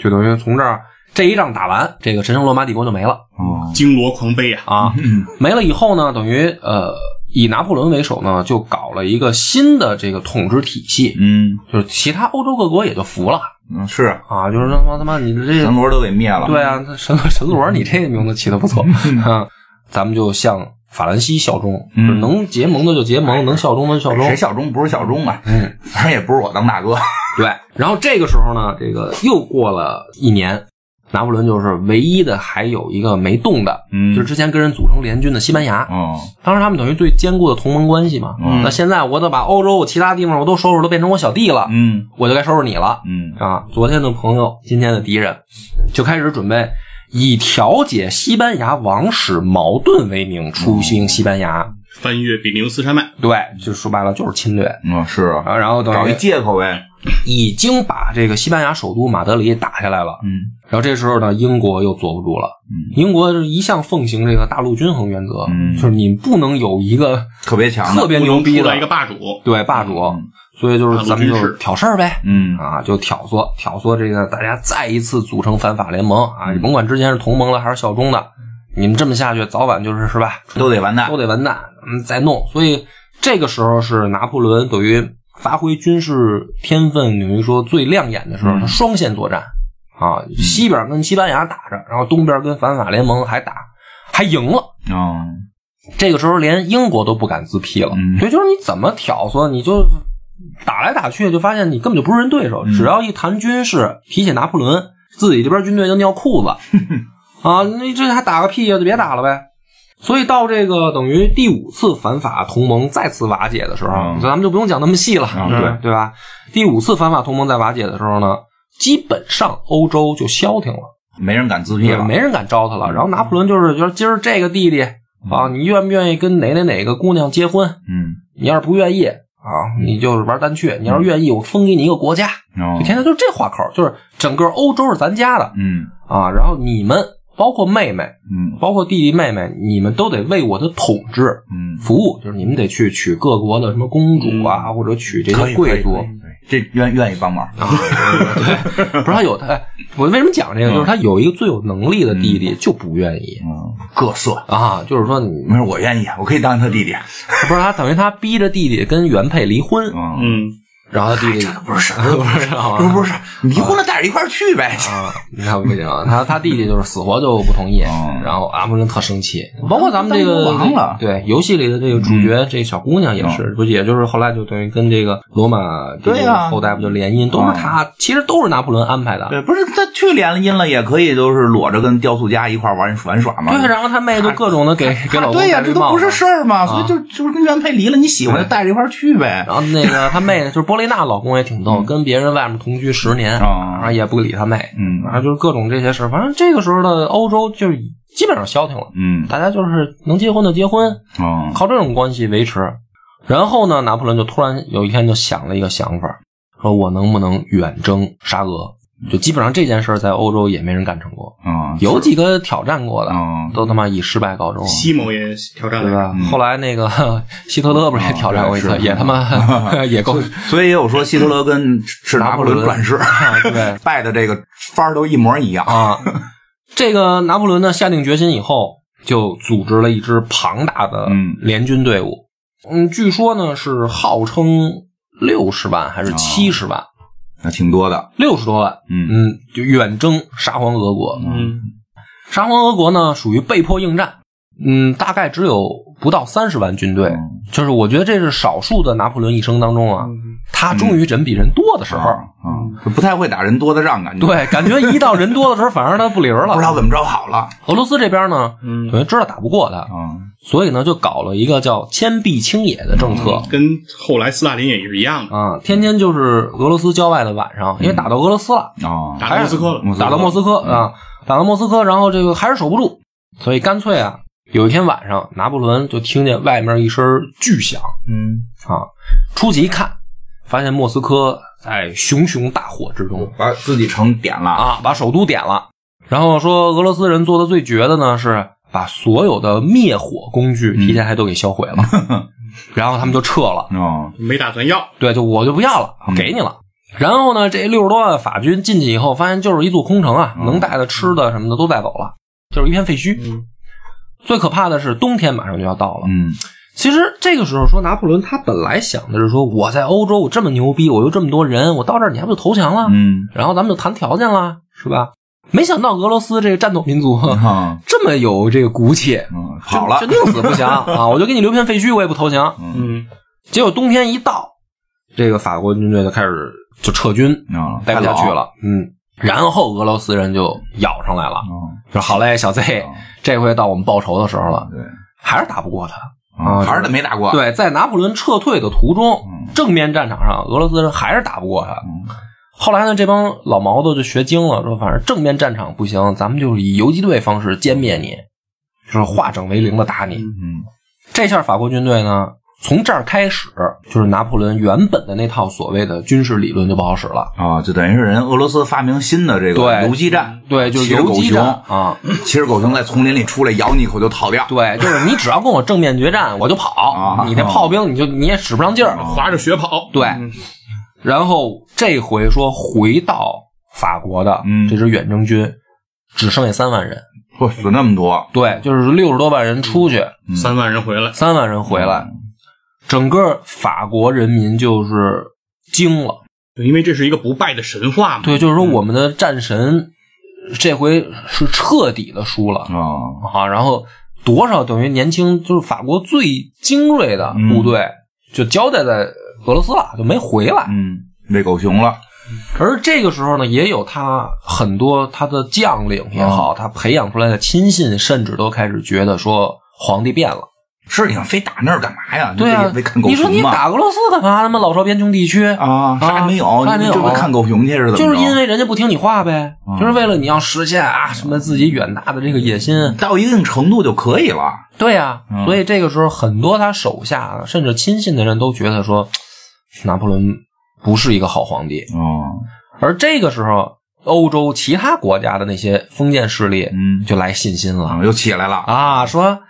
S2: 就等于从这儿这一仗打完，这个神圣罗马帝国就没了
S1: 哦，
S3: 金锣狂杯啊！
S2: 啊， 没了以后呢，等于呃以拿破仑为首呢，就搞了一个新的这个统治体系，
S1: 嗯
S2: 就是其他欧洲各国也就服了
S1: 嗯，是
S2: 啊，就是他妈他妈你这
S1: 神罗都给灭了。
S2: 对啊，那神神罗，你这个名字起的不错啊！咱们就向法兰西效忠，
S1: 嗯哎
S2: 就是能结盟的就结盟，能效忠的就效忠
S1: 谁。效忠不是效忠啊？
S2: 嗯，
S1: 反正也不是我当大哥。
S2: 对。然后这个时候呢，这个又过了一年，拿破仑就是唯一的还有一个没动的，
S1: 嗯
S2: 就是之前跟人组成联军的西班牙。
S1: 哦，
S2: 当时他们等于最坚固的同盟关系嘛。
S1: 嗯
S2: 那现在我得把欧洲我其他地方我都收拾，都变成我小弟了，
S1: 嗯
S2: 我就该收拾你了。
S1: 嗯，
S2: 啊，昨天的朋友，今天的敌人，就开始准备以调解西班牙王室矛盾为名
S3: 嗯
S2: 出兵西班牙。
S3: 翻越比利牛斯山脉，
S2: 对，就说白了就是侵略
S1: 哦是啊，
S2: 啊。然后
S1: 找
S2: 等
S1: 一
S2: 于
S1: 借口呗。
S2: 已经把这个西班牙首都马德里打下来了。
S1: 嗯
S2: 然后这时候呢，英国又坐不住了。
S1: 嗯，
S2: 英国一向奉行这个大陆均衡原则，
S1: 嗯
S2: 就是你不能有一个
S1: 特别强
S2: 特
S1: 的。
S2: 别
S3: 不
S2: 牛
S3: 能
S2: 逼
S3: 出
S2: 的
S3: 来一个霸主。
S2: 对霸主，
S1: 嗯
S2: 所以就是咱们
S3: 大
S2: 就
S3: 陆军事
S2: 挑事儿呗。
S1: 嗯
S2: 啊，就挑唆挑唆这个大家再一次组成反法联盟啊！你甭管之前是同盟了还是效忠的，你们这么下去，早晚就是是吧，
S1: 都得完蛋
S2: 都。得完蛋，嗯，再弄。所以这个时候是拿破仑等于发挥军事天分，等于说最亮眼的时候，他双线作战啊，西边跟西班牙打着，然后东边跟反法联盟还打，还赢了。
S1: 哦，
S2: 这个时候连英国都不敢自批了，
S1: 嗯
S2: 对，就是你怎么挑唆，你就打来打去，就发现你根本就不是人对手。
S1: 嗯
S2: 只要一谈军事，提起拿破仑，自己这边军队就尿裤 子啊！你这还打个屁呀？就别打了呗。所以到这个等于第五次反法同盟再次瓦解的时候，
S1: 嗯
S2: 咱们就不用讲那么细了，
S1: 嗯对
S2: 对吧？第五次反法同盟在瓦解的时候呢，基本上欧洲就消停了。
S1: 没人敢自闭
S2: 也
S1: 了。
S2: 没人敢招
S1: 嗯
S2: 他了。然后拿破仑就是觉得今儿这个弟弟啊，你愿不愿意跟哪哪哪个姑娘结婚？
S1: 嗯，
S2: 你要是不愿意啊，你就是玩单去；你要是愿意，我封给你一个国家。
S1: 哦
S2: 就，天天就是这话口，就是整个欧洲是咱家的
S1: 嗯
S2: 啊。然后你们包括妹妹，
S1: 嗯
S2: 包括弟弟妹妹，你们都得为我的统治
S1: 嗯，
S2: 服务，就是你们得去娶各国的什么公主啊，或者娶这些贵族。嗯
S1: 这愿愿意帮忙。
S2: 不是他有他，哎我为什么讲这个？就是他有一个最有能力的弟弟就不愿意
S1: 嗯，各色。
S2: 啊，就是说你
S1: 没事，我愿意，啊我可以当他弟弟。
S2: 不是他等于他逼着弟弟跟原配离婚，
S1: 嗯，
S3: 嗯，
S2: 然后他弟弟
S1: 这个不是事儿，
S2: 不是
S1: 不是
S2: 啊
S1: 不是，你离婚了带着一块儿去呗。
S2: 啊，你看不行，他他弟弟就是死活就不同意
S1: 嗯，
S2: 然后阿布伦特生气，包括咱们
S1: 当
S2: 这个
S1: 国王了
S2: 对游戏里的这个主角
S1: 嗯
S2: 这小姑娘也是，不也就是后来就等于跟这个罗马帝
S1: 对啊
S2: 国
S1: 呀
S2: 后代不就联姻，都是他，其实都是拿破仑安排的，
S1: 嗯对，不是他去联姻了也可以，都是裸着跟雕塑家一块玩玩耍嘛。
S2: 对，然后他妹就各种的给给老公
S1: 对呀、
S2: 戴绿
S1: 这都
S2: 帽
S1: 不
S2: 子
S1: 是事儿嘛，所以
S2: 啊
S1: 就就是跟原配离了，你喜欢就带着一块儿去呗。
S2: 然后那个他妹就是波丽娜，老公也挺
S1: 嗯
S2: 逗，跟别人外面同居十年，
S1: 啊
S2: 然后也不理他妹，
S1: 嗯
S2: 然后就是各种这些事儿。反正这个时候的欧洲就是基本上消停了，
S1: 嗯
S2: 大家就是能结婚就结婚，
S1: 哦
S2: 靠这种关系维持。然后呢，拿破仑就突然有一天就想了一个想法，说我能不能远征沙俄？就基本上这件事儿在欧洲也没人干成过，
S1: 哦
S2: 有几个挑战过的，
S1: 哦
S2: 都他妈以失败告终。
S3: 西蒙也挑战
S2: 对
S3: 了，
S2: 吧？后来那个 希特勒不是也挑战过一次，
S1: 嗯对是
S2: 也他妈 也够
S1: 所以也有说希特勒跟是拿破仑转世，
S2: 啊对
S1: 拜的这个幡儿都一模一样。
S2: 啊。这个拿破仑呢下定决心以后，就组织了一支庞大的
S1: 嗯
S2: 联军队伍。嗯，据说呢是号称六十万
S1: 哦
S2: 还是七十万，
S1: 那挺多的，
S2: 六十多万。
S1: 嗯
S2: 嗯，就远征沙皇俄国。
S3: 嗯，
S2: 沙皇俄国呢属于被迫应战，嗯，大概只有不到三十万军队，
S1: 嗯
S2: 就是我觉得这是少数的拿破仑一生当中啊，他终于人比人多的时
S1: 啊
S2: 候，
S1: 啊，就不太会打人多的仗，感觉
S2: 嗯对，感觉一到人多的时候，反而他不灵了。
S1: 不知道怎么着好了。
S2: 俄罗斯这边呢，
S3: 嗯
S2: 等于知道打不过他，
S1: 啊，
S2: 所以呢就搞了一个叫坚壁清野的政策。
S3: 跟后来斯大林也是一
S1: 嗯
S3: 样的，
S2: 啊，天天就是俄罗斯郊外的晚上，因为打到俄罗斯了，
S1: 哦，
S3: 打到莫斯科了，
S1: 嗯莫斯科嗯
S2: 打到莫斯科啊，打到莫斯科，然后这个还是守不住，所以干脆啊，有一天晚上，拿破仑就听见外面一声巨响
S3: 嗯，
S2: 啊，出去一看，发现莫斯科在熊熊大火之中，
S1: 把自己成点了啊，
S2: 啊，把首都点了。然后说俄罗斯人做的最绝的呢，是把所有的灭火工具
S1: 嗯
S2: 提前还都给销毁 了，然后他们就撤了。
S1: 哦，
S3: 没打算要，
S2: 对，就我就不要了，
S1: 嗯
S2: 给你了。然后呢，这六十多万法军进去以后，发现就是一座空城啊，
S1: 嗯
S2: 能带的吃的什么的都带走了，就是一片废墟。
S3: 嗯
S2: 最可怕的是冬天马上就要到了。
S1: 嗯
S2: 其实这个时候说拿破仑他本来想的是说，我在欧洲我这么牛逼，我又这么多人，我到这儿你还不就投降了？
S1: 嗯，
S2: 然后咱们就谈条件啦，是吧？没想到俄罗斯这个战斗民族
S1: 啊，
S2: 这么有这个骨气，
S1: 嗯，
S2: 就
S1: 好了
S2: 就，宁死不 降啊！我就给你留片废墟，我也不投降。
S3: 嗯，
S2: 结果冬天一到，这个法国军队就开始就撤军，
S1: 啊，
S2: 待不下去
S1: 太冷。
S2: 了，嗯。然后俄罗斯人就咬上来了，
S1: 哦
S2: 说：“好嘞，小 Z，这
S1: 嗯
S2: 回到我们报仇的时候了，
S1: 对，
S2: 还是打不过他。
S1: 啊
S2: 啊
S1: 还是得没打过。，
S2: 对，在拿破仑撤退的途中
S1: 嗯，
S2: 正面战场上，俄罗斯人还是打不过他。
S1: 嗯
S2: 后来呢，这帮老毛头就学精了，说反正正面战场不行，咱们就是以游击队方式歼灭你，就是化整为零的打你。
S1: 嗯
S2: 这下法国军队呢，从这儿开始，就是拿破仑原本的那套所谓的军事理论就不好使了。
S1: 啊，就等于是人俄罗斯发明新的这个
S2: 对
S1: 游击 战，
S2: 对，就是游击战啊，
S1: 骑着狗熊在丛林里出来咬你一口就逃掉。
S2: 对，就是你只要跟我正面决战，我就跑
S1: 啊，
S2: 你那炮兵你就你也使不上劲儿。
S3: 滑着雪跑，
S2: 对
S3: 嗯，
S2: 然后这回说回到法国的
S1: 嗯
S2: 这支远征军，只剩下三万人。
S1: 嚯，死那么多，
S2: 对，嗯就是六十多万人出去，
S3: 三万人回来，
S2: 三万人回来，整个法国人民就是惊了。
S3: 因为这是一个不败的神话嘛，
S2: 对，就是说
S1: 嗯
S2: 我们的战神这回是彻底的输了
S1: 啊，
S2: 啊！然后多少等于年轻，就是法国最精锐的
S1: 嗯
S2: 部队就交代在俄罗斯了，就没回来。
S1: 嗯，喂狗熊了，
S2: 而这个时候呢，也有他很多他的将领也
S1: 嗯
S2: 好，他培养出来的亲信，甚至都开始觉得说皇帝变了。
S1: 是你想非打那儿干嘛呀？
S2: 对啊
S1: 你非看，狗
S2: 你说
S1: 熊
S2: 你
S1: 嘛。
S2: 打俄罗斯干嘛？他妈老少边穷地区
S1: 啊，啥也没有，
S2: 啥也没有
S1: 你就为看狗熊去是怎么着？
S2: 就是因为人家不听你话呗，
S1: 嗯
S2: 就是为了你要实现啊什么自己远大的这个野心。
S1: 嗯到一定程度就可以了。
S2: 对呀、
S1: 嗯
S2: 所以这个时候很多他手下甚至亲信的人都觉得说，拿破仑不是一个好皇帝。
S1: 哦，
S2: 而这个时候，欧洲其他国家的那些封建势力
S1: 嗯
S2: 就来信心了
S1: 啊，又起来了。
S2: 啊，说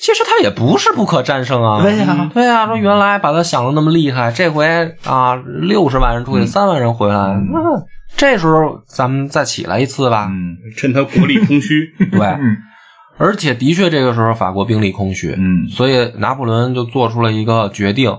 S2: 其实他也不是不可战胜啊。
S1: 对呀，
S2: 对啊，说原来把他想的那么厉害，这回啊六十万
S1: 嗯
S2: 人出去，三万人回来，那这时候咱们再起来一次吧。
S1: 嗯
S3: 趁他国力空 虚，
S2: 对，而且的确这个时候法国兵力空虚，
S1: 嗯
S2: 所以拿破仑就做出了一个决定，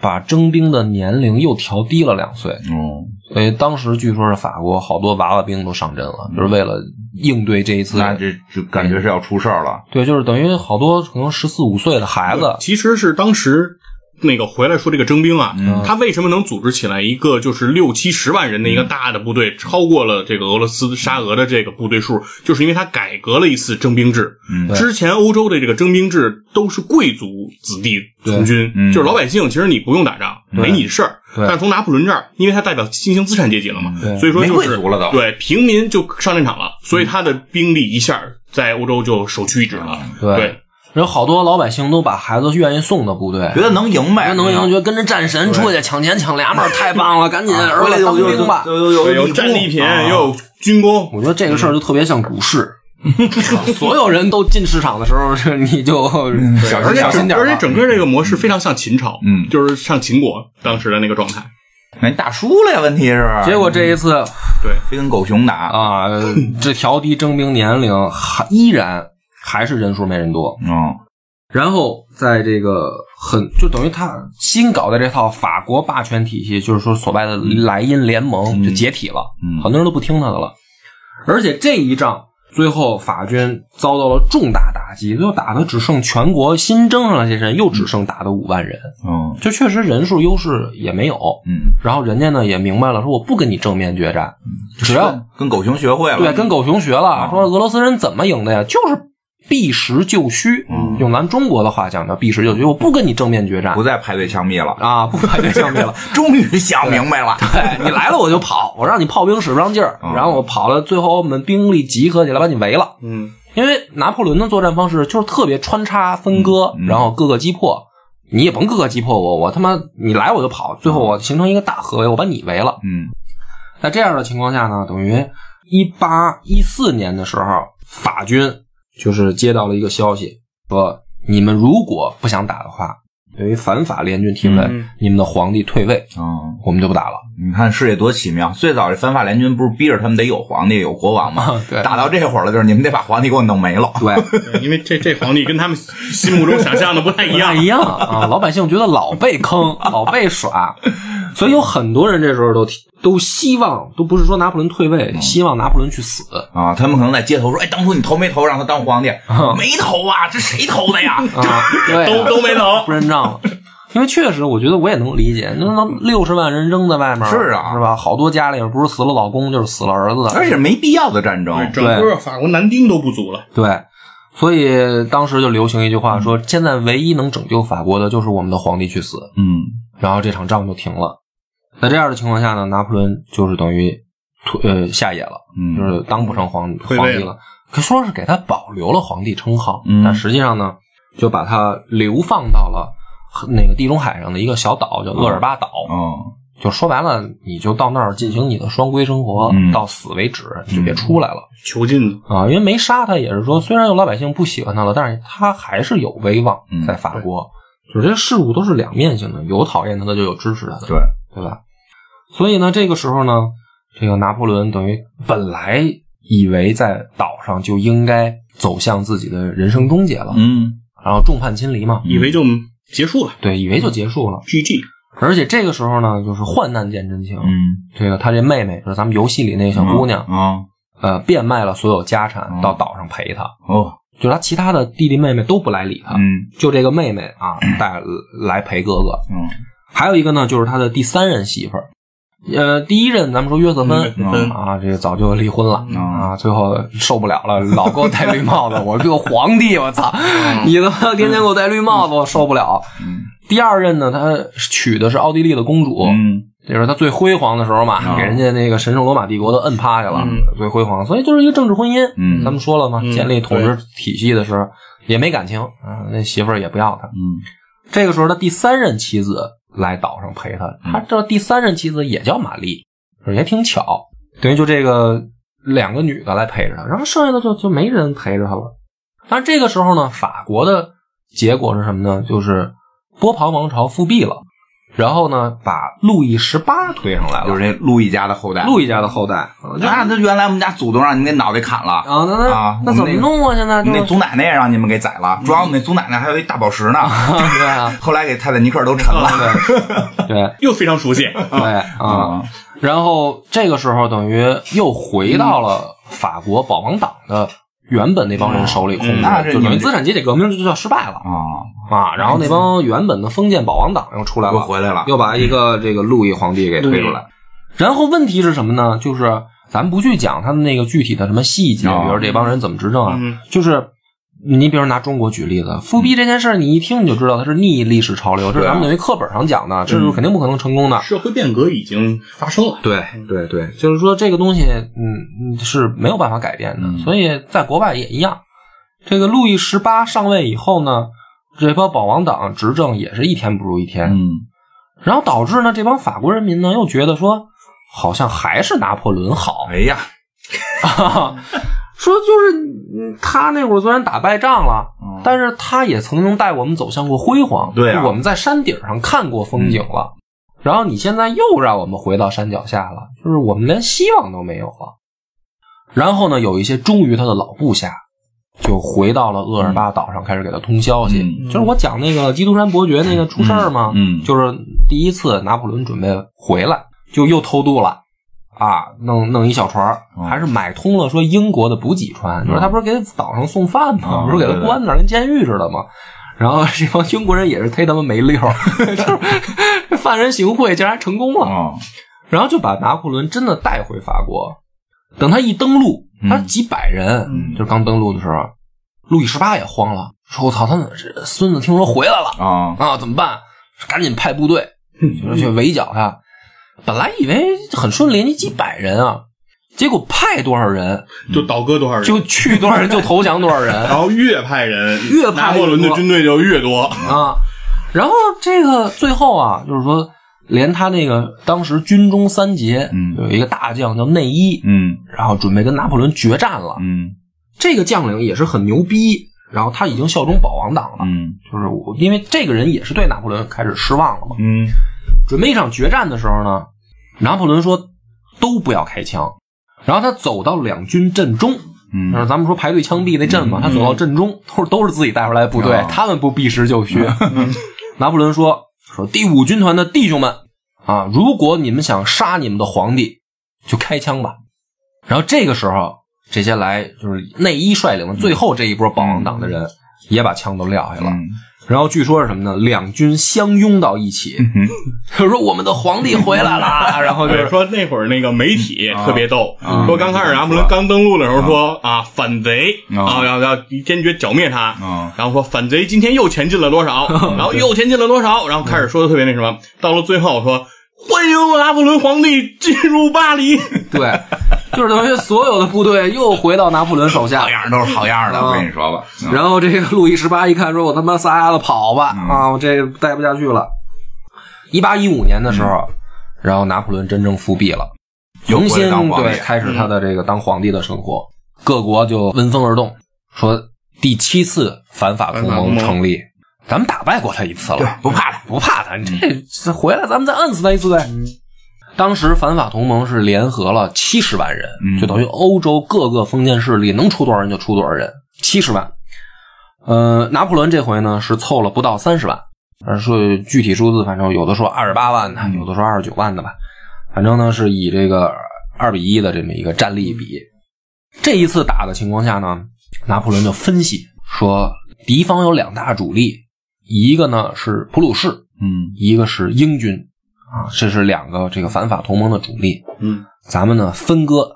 S2: 把征兵的年龄又调低了两岁。
S1: 哦，
S2: 所以当时据说是法国好多娃娃兵都上阵了，就是为了应对这一次。
S1: 那嗯这就感觉是要出事儿了。
S2: 对，就是等于好多可能十四五岁的孩子
S3: 其实是当时那个回来说这个征兵啊，
S1: 嗯
S3: 他为什么能组织起来一个就是六七十万人的一个大的部
S1: 嗯
S3: 队，超过了这个俄罗斯沙俄的这个部队数，就是因为他改革了一次征兵制。
S1: 嗯
S3: 之前欧洲的这个征兵制都是贵族子弟从军
S1: 嗯，
S3: 就是老百姓，其实你不用打仗，
S2: 对
S3: 没你事儿。
S2: 对
S3: 但是从拿破仑这儿，因为他代表新兴资产阶级了嘛
S2: 对，
S3: 所以说就
S1: 没
S3: 是
S1: 贵族了都嗯
S3: 对平民就上战场了，所以他的兵力一下在欧洲就首屈一指了。
S1: 嗯
S2: 对
S3: 对，
S2: 有好多老百姓都把孩子愿意送到部队，
S1: 觉得能赢呗，
S2: 人能赢，觉得跟着战神出去抢钱抢粮食太棒了，赶紧
S1: 啊
S2: 儿子当兵吧。
S1: 有有
S3: 对有战利品，
S1: 哦
S3: 也有军工，
S2: 我觉得这个事儿就特别像股市， 所有人都进市场的时候，是你就
S1: 小
S3: 嗯而
S1: 心
S3: 且
S1: 小心
S3: 整
S2: 点儿
S3: 而
S2: 吧
S3: 且整个这个模式非常像秦朝，
S1: 嗯
S3: 就是像秦国当时的那个状态。
S1: 那你打输了呀？问题是，
S2: 结果这一次
S3: 对，
S1: 非跟狗熊打，
S2: 啊，这调低征兵年龄还依然还是人数没人多，
S1: 嗯
S2: 然后在这个很就等于他新搞的这套法国霸权体系，就是说所谓的莱茵联盟就解体了，
S1: 嗯
S2: 很多人都不听他的了。而且这一仗最后法军遭到了重大打击，最后打的只剩全国新征上来这些人又只剩打的五万人，
S1: 嗯
S2: 就确实人数优势也没有。
S1: 嗯，
S2: 然后人家呢也明白了，说我不跟你正面决战，只要
S1: 跟狗熊学会了，
S2: 对，跟啊狗熊学了，说俄罗斯人怎么赢的呀？就是避实就虚，用咱中国的话讲叫避实就虚，我不跟你正面决战
S1: 不再排队枪毙了，
S2: 啊，不把对枪灭了。
S1: 终于想明白了，
S2: 哎对你来了我就跑，我让你炮兵使不上劲儿，
S1: 嗯
S2: 然后我跑了，最后我们兵力集合起来把你围了。
S3: 嗯，
S2: 因为拿破仑的作战方式就是特别穿插分割，
S1: 嗯嗯
S2: 然后各个击破。你也甭各个击破我，我他妈你来我就跑，最后我形成一个大合围，我把你围了。
S1: 嗯
S2: 在这样的情况下呢，等于一八一四年的时候，法军就是接到了一个消息，说你们如果不想打的话，对于反法联军提问，
S3: 嗯
S2: 你们的皇帝退位，
S1: 嗯，
S2: 我们就不打了。
S1: 你看世界多奇妙，最早这反法联军不是逼着他们得有皇帝有国王吗？
S2: 啊对
S1: 打到这会儿了，就是你们得把皇帝给我弄没了，
S2: 对，
S3: 对因为这这皇帝跟他们心目中想象的不太一
S2: 不太
S3: 样。
S2: 一样啊！老百姓觉得老被坑，老被耍，所以有很多人这时候都提都希望，都不是说拿破仑退位，希望拿破仑去死。
S1: 啊，他们可能在街头说：“哎，当初你投没投让他当皇帝？没投啊，这谁投的呀？”
S2: 啊，对啊
S3: 都都没投
S2: 不认账了。因为确实，我觉得我也能理解，那那六十万人扔在外面，
S1: 是啊哎
S2: 是吧？好多家里边不是死了老公，就是死了儿子的，
S1: 而且没必要的战争，
S3: 整个法国男丁都不足了。
S2: 对。所以当时就流行一句话说，现在唯一能拯救法国的就是我们的皇帝去死，
S1: 嗯
S2: 然后这场仗就停了。在这样的情况下呢，拿破仑就是等于退呃下野了，
S1: 嗯，
S2: 就是当不成皇
S3: 退位
S2: 皇帝了。可说是给他保留了皇帝称号，
S1: 嗯
S2: 但实际上呢，就把他流放到了那个地中海上的一个小岛，叫
S1: 嗯
S2: 厄尔巴岛。
S1: 哦，
S2: 就说白了，你就到那儿进行你的双规生活，
S1: 嗯
S2: 到死为止，你就别出来了、
S3: 囚禁
S2: 啊！因为没杀他，也是说，虽然有老百姓不喜欢他了，但是他还是有威望
S1: 嗯
S2: 在法国。就是这事物都是两面性的，有讨厌他的，就有支持他的，
S1: 对，
S2: 对吧？所以呢，这个时候呢，这个拿破仑等于本来以为在岛上就应该走向自己的人生终结了，
S1: 嗯
S2: 然后众叛亲离嘛，
S3: 以为就结束了
S2: 对，以为就结束了。
S3: ，GG。
S2: 而且这个时候呢，就是患难见真情，
S1: 嗯，
S2: 这个他这妹妹，就是咱们游戏里那个小姑娘，
S1: 啊，
S2: 呃，变卖了所有家产
S1: 嗯
S2: 到岛上陪他，
S1: 哦，
S2: 就是他其他的弟弟妹妹都不来理他，
S1: 嗯
S2: 就这个妹妹啊带来陪哥哥。
S1: 嗯
S2: 还有一个呢，就是他的第三任媳妇儿，呃，第一任咱们说约瑟芬。
S1: 嗯
S2: 啊，这个早就离婚了、
S1: 嗯
S2: 啊，最后受不了了，老给我戴绿帽子， 我是个皇帝，我操！
S3: 嗯
S2: 你他妈天天给我戴绿帽子，我受不了。
S1: 嗯
S2: 第二任呢，他娶的是奥地利的公主，
S1: 嗯
S2: 这是他最辉煌的时候嘛，
S1: 嗯
S2: 给人家那个神圣罗马帝国都摁趴下了，
S3: 嗯
S2: 最辉煌，所以就是一个政治婚姻。
S1: 嗯
S2: 咱们说了嘛，
S3: 嗯
S2: 建立统治体系的时候也没感情啊，那媳妇儿也不要他。
S1: 嗯
S2: 这个时候，他第三任妻子来岛上陪他，
S1: 嗯
S2: 他这第三任妻子也叫玛丽，也挺巧，等于就这个两个女的来陪着他，然后剩下的就就没人陪着他了。但这个时候呢，法国的结果是什么呢？就是波旁王朝复辟了，然后呢，把路易十八推上来
S1: 就是
S2: 了，
S1: 这路易家的后代，
S2: 路易家的后代啊，
S1: 那他原来我们家祖宗让你那脑袋砍了，
S2: 啊那
S1: 啊
S2: 那那怎
S1: 我们那
S2: 么
S1: 个
S2: 弄啊？现在
S1: 我们那
S2: 就
S1: 祖奶奶也让你们给宰了，主要我们那祖奶奶还有一大宝石呢，
S2: 对啊，
S1: 后来给泰坦尼克都沉了。
S2: 对
S3: 又非常熟悉，
S2: 对啊。
S1: 嗯
S2: 然后这个时候等于又回到了法国保王党的原本那帮人手里控制
S3: 嗯
S1: 那这
S2: 的，就
S1: 你
S2: 等于
S1: 们
S2: 资产阶级革命就叫失败了
S1: 啊，
S2: 啊。然后那帮原本的封建保王党又出来
S1: 又
S2: 了，
S1: 回来了，
S2: 又把一个这个路易皇帝给推出来。然后问题是什么呢？就是咱不去讲他们那个具体的什么细节，
S1: 哦
S2: 比如这帮人怎么执政啊
S3: 嗯，
S2: 就是。你比如拿中国举例
S1: 嗯
S2: 子，复辟这件事儿，你一听你就知道它是逆历史潮流，这是
S1: 对啊嗯
S2: 咱们等于课本上讲的，这是肯定不可能成功的。
S3: 社会变革已经发生了，
S2: 对
S1: 嗯
S2: 对对，就是说这个东西，嗯，嗯是没有办法改变的，
S1: 嗯
S2: 所以在国外也一样。这个路易十八上位以后呢，这帮保王党执政也是一天不如一天，
S1: 嗯，
S2: 然后导致呢，这帮法国人民呢又觉得说，好像还是拿破仑好，
S1: 哎呀，
S2: 说就是嗯他那会儿虽然打败仗了，
S1: 嗯
S2: 但是他也曾经带我们走向过辉煌，
S1: 对啊嗯
S2: 我们在山顶上看过风景了。然后你现在又让我们回到山脚下了，就是我们连希望都没有了。然后呢，有一些忠于他的老部下，就回到了厄尔巴岛上，开始给他通消息。
S1: 嗯
S2: 就是我讲那个基督山伯爵那个出事儿嘛，
S1: 嗯嗯
S2: 就是第一次拿破仑准备回来，就又偷渡了。啊，弄弄一小船儿，
S1: 嗯
S2: 还是买通了说英国的补给船，就是他不是给岛上送饭吗？
S1: 嗯
S2: 不是给
S1: 对
S2: 他
S1: 对
S2: 关那儿跟监狱似的吗？然后 这帮英国人也是忒他妈没溜儿， 就是犯人行贿竟然还成功了，
S1: 啊，
S2: 然后就把拿破仑真的带回法国。等他一登陆，他
S1: 嗯
S2: 几百人，
S3: 嗯
S2: 就是刚登陆的时候，路易十八也慌了，说我操，他这孙子听说回来了，
S1: 啊，
S2: 啊，怎么办？赶紧派 部队
S1: 嗯
S2: 就是去围剿他。本来以为很顺利，你几百人啊，结果派多少人
S3: 就倒戈多少人，
S2: 就去多少人就投降多 少人
S3: 然后越派人，
S2: 越派
S3: 拿破仑的军队就越多，
S2: 啊。然后这个最后啊，就是说，连他那个当时军中三杰，
S1: 嗯
S2: 有一个大将叫内伊，
S1: 嗯
S2: 然后准备跟拿破仑决战了。
S1: 嗯
S2: 这个将领也是很牛逼，然后他已经效忠保王党了，
S1: 嗯
S2: 就是我，因为这个人也是对拿破仑开始失望了嘛。
S1: 嗯，
S2: 准备一场决战的时候呢，拿破仑说都不要开枪，然后他走到两军阵中，
S1: 嗯
S2: 就是咱们说排队枪毙那阵嘛，他走到阵中，都是都是自己带出来的部队
S1: 哦，
S2: 他们不避实就虚。 拿破仑说说第五军团的弟兄们啊，如果你们想杀你们的皇帝，就开枪吧。然后这个时候，这些来就是内伊率领的最后这一波保王党的人，也把枪都撂下了。
S1: 嗯
S2: 然后据说是什么呢？两军相拥到一起， 他说我们的皇帝回来了，啊 然后就
S3: 对，
S2: 是
S3: 哎说那会儿那个媒体
S1: 啊
S3: 特别逗，
S1: 啊
S3: 说刚开始拿破仑刚登陆的时候说啊反贼
S1: 啊
S3: 啊要要坚决剿灭他
S1: 啊，
S3: 然后说反贼今天又前进了多少，然后又前进了多少，然后开始说的特别那什么，到了最后说欢迎拿破仑皇帝进入巴黎，
S2: 对， 就是等于所有的部队又回到拿破仑手下
S1: 好。样儿都是好样儿的，
S2: 啊
S1: 我跟你说吧，嗯
S2: 然后这个路易十八一看，说我他妈撒丫子跑吧，啊，我这待不下去了。一八一五年的时候，然后拿破仑真正复辟了，
S1: 嗯又
S2: 重
S1: 回来
S2: 新
S1: 当皇帝嗯
S2: 对开始他的这个当皇帝的生活，各国就闻风而动，说第七次反法同
S3: 反法同
S2: 盟
S3: 盟
S2: 成立，咱们打败过他一次了，
S1: 不怕他，
S2: 不怕他，你这这回来咱们再摁死他一次呗。当时反法同盟是联合了七十万人，
S1: 嗯
S2: 就等于欧洲各个封建势力能出多少人就出多少人，七十万。呃，拿破仑这回呢是凑了不到三十万，而说具体数字，反正有的说二十八万的，有的说二十九万的吧，反正呢是以这个二比一的这么一个战力比。这一次打的情况下呢，拿破仑就分析说，敌方有两大主力，一个呢是普鲁士，
S1: 嗯
S2: 一个是英军啊，这是两个这个反法同盟的主力。
S3: 嗯，
S2: 咱们呢分割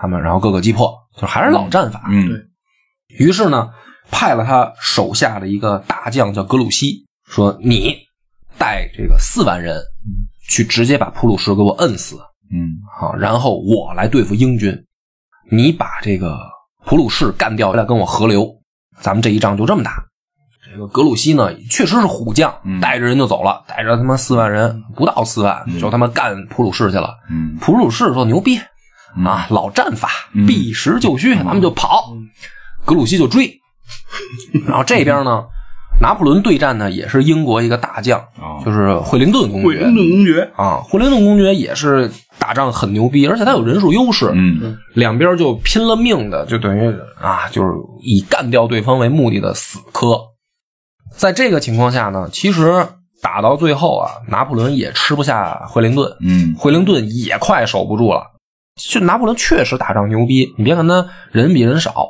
S2: 他们，然后各个击破，就还是老战法。
S1: 嗯
S2: 于是呢，派了他手下的一个大将叫格鲁希，说你带这个四万人去直接把普鲁士给我摁死
S1: 嗯
S2: 啊，然后我来对付英军，你把这个普鲁士干掉，来跟我合流，咱们这一仗就这么打。这个格鲁希呢，确实是虎将，
S1: 嗯
S2: 带着人就走了，带着他妈四万人，不到四万，就他妈干普鲁士去了。
S1: 嗯
S2: 普鲁士说牛逼啊，老战法，
S1: 嗯
S2: 避实就虚，咱们就跑。格鲁希就追，然后这边呢，拿破仑对战呢，也是英国一个大将，
S1: 啊，
S2: 就是惠灵顿公
S3: 惠
S2: 爵。
S3: 灵顿公爵，
S2: 啊，惠灵顿公爵也是打仗很牛逼，而且他有人数优势，
S1: 嗯
S2: 两边就拼了命的，就等于啊，就是以干掉对方为目的的死磕。在这个情况下呢，其实打到最后啊，拿破仑也吃不下惠灵顿，
S1: 嗯
S2: 惠灵顿也快守不住了。就拿破仑确实打仗牛逼，你别看他人比人少，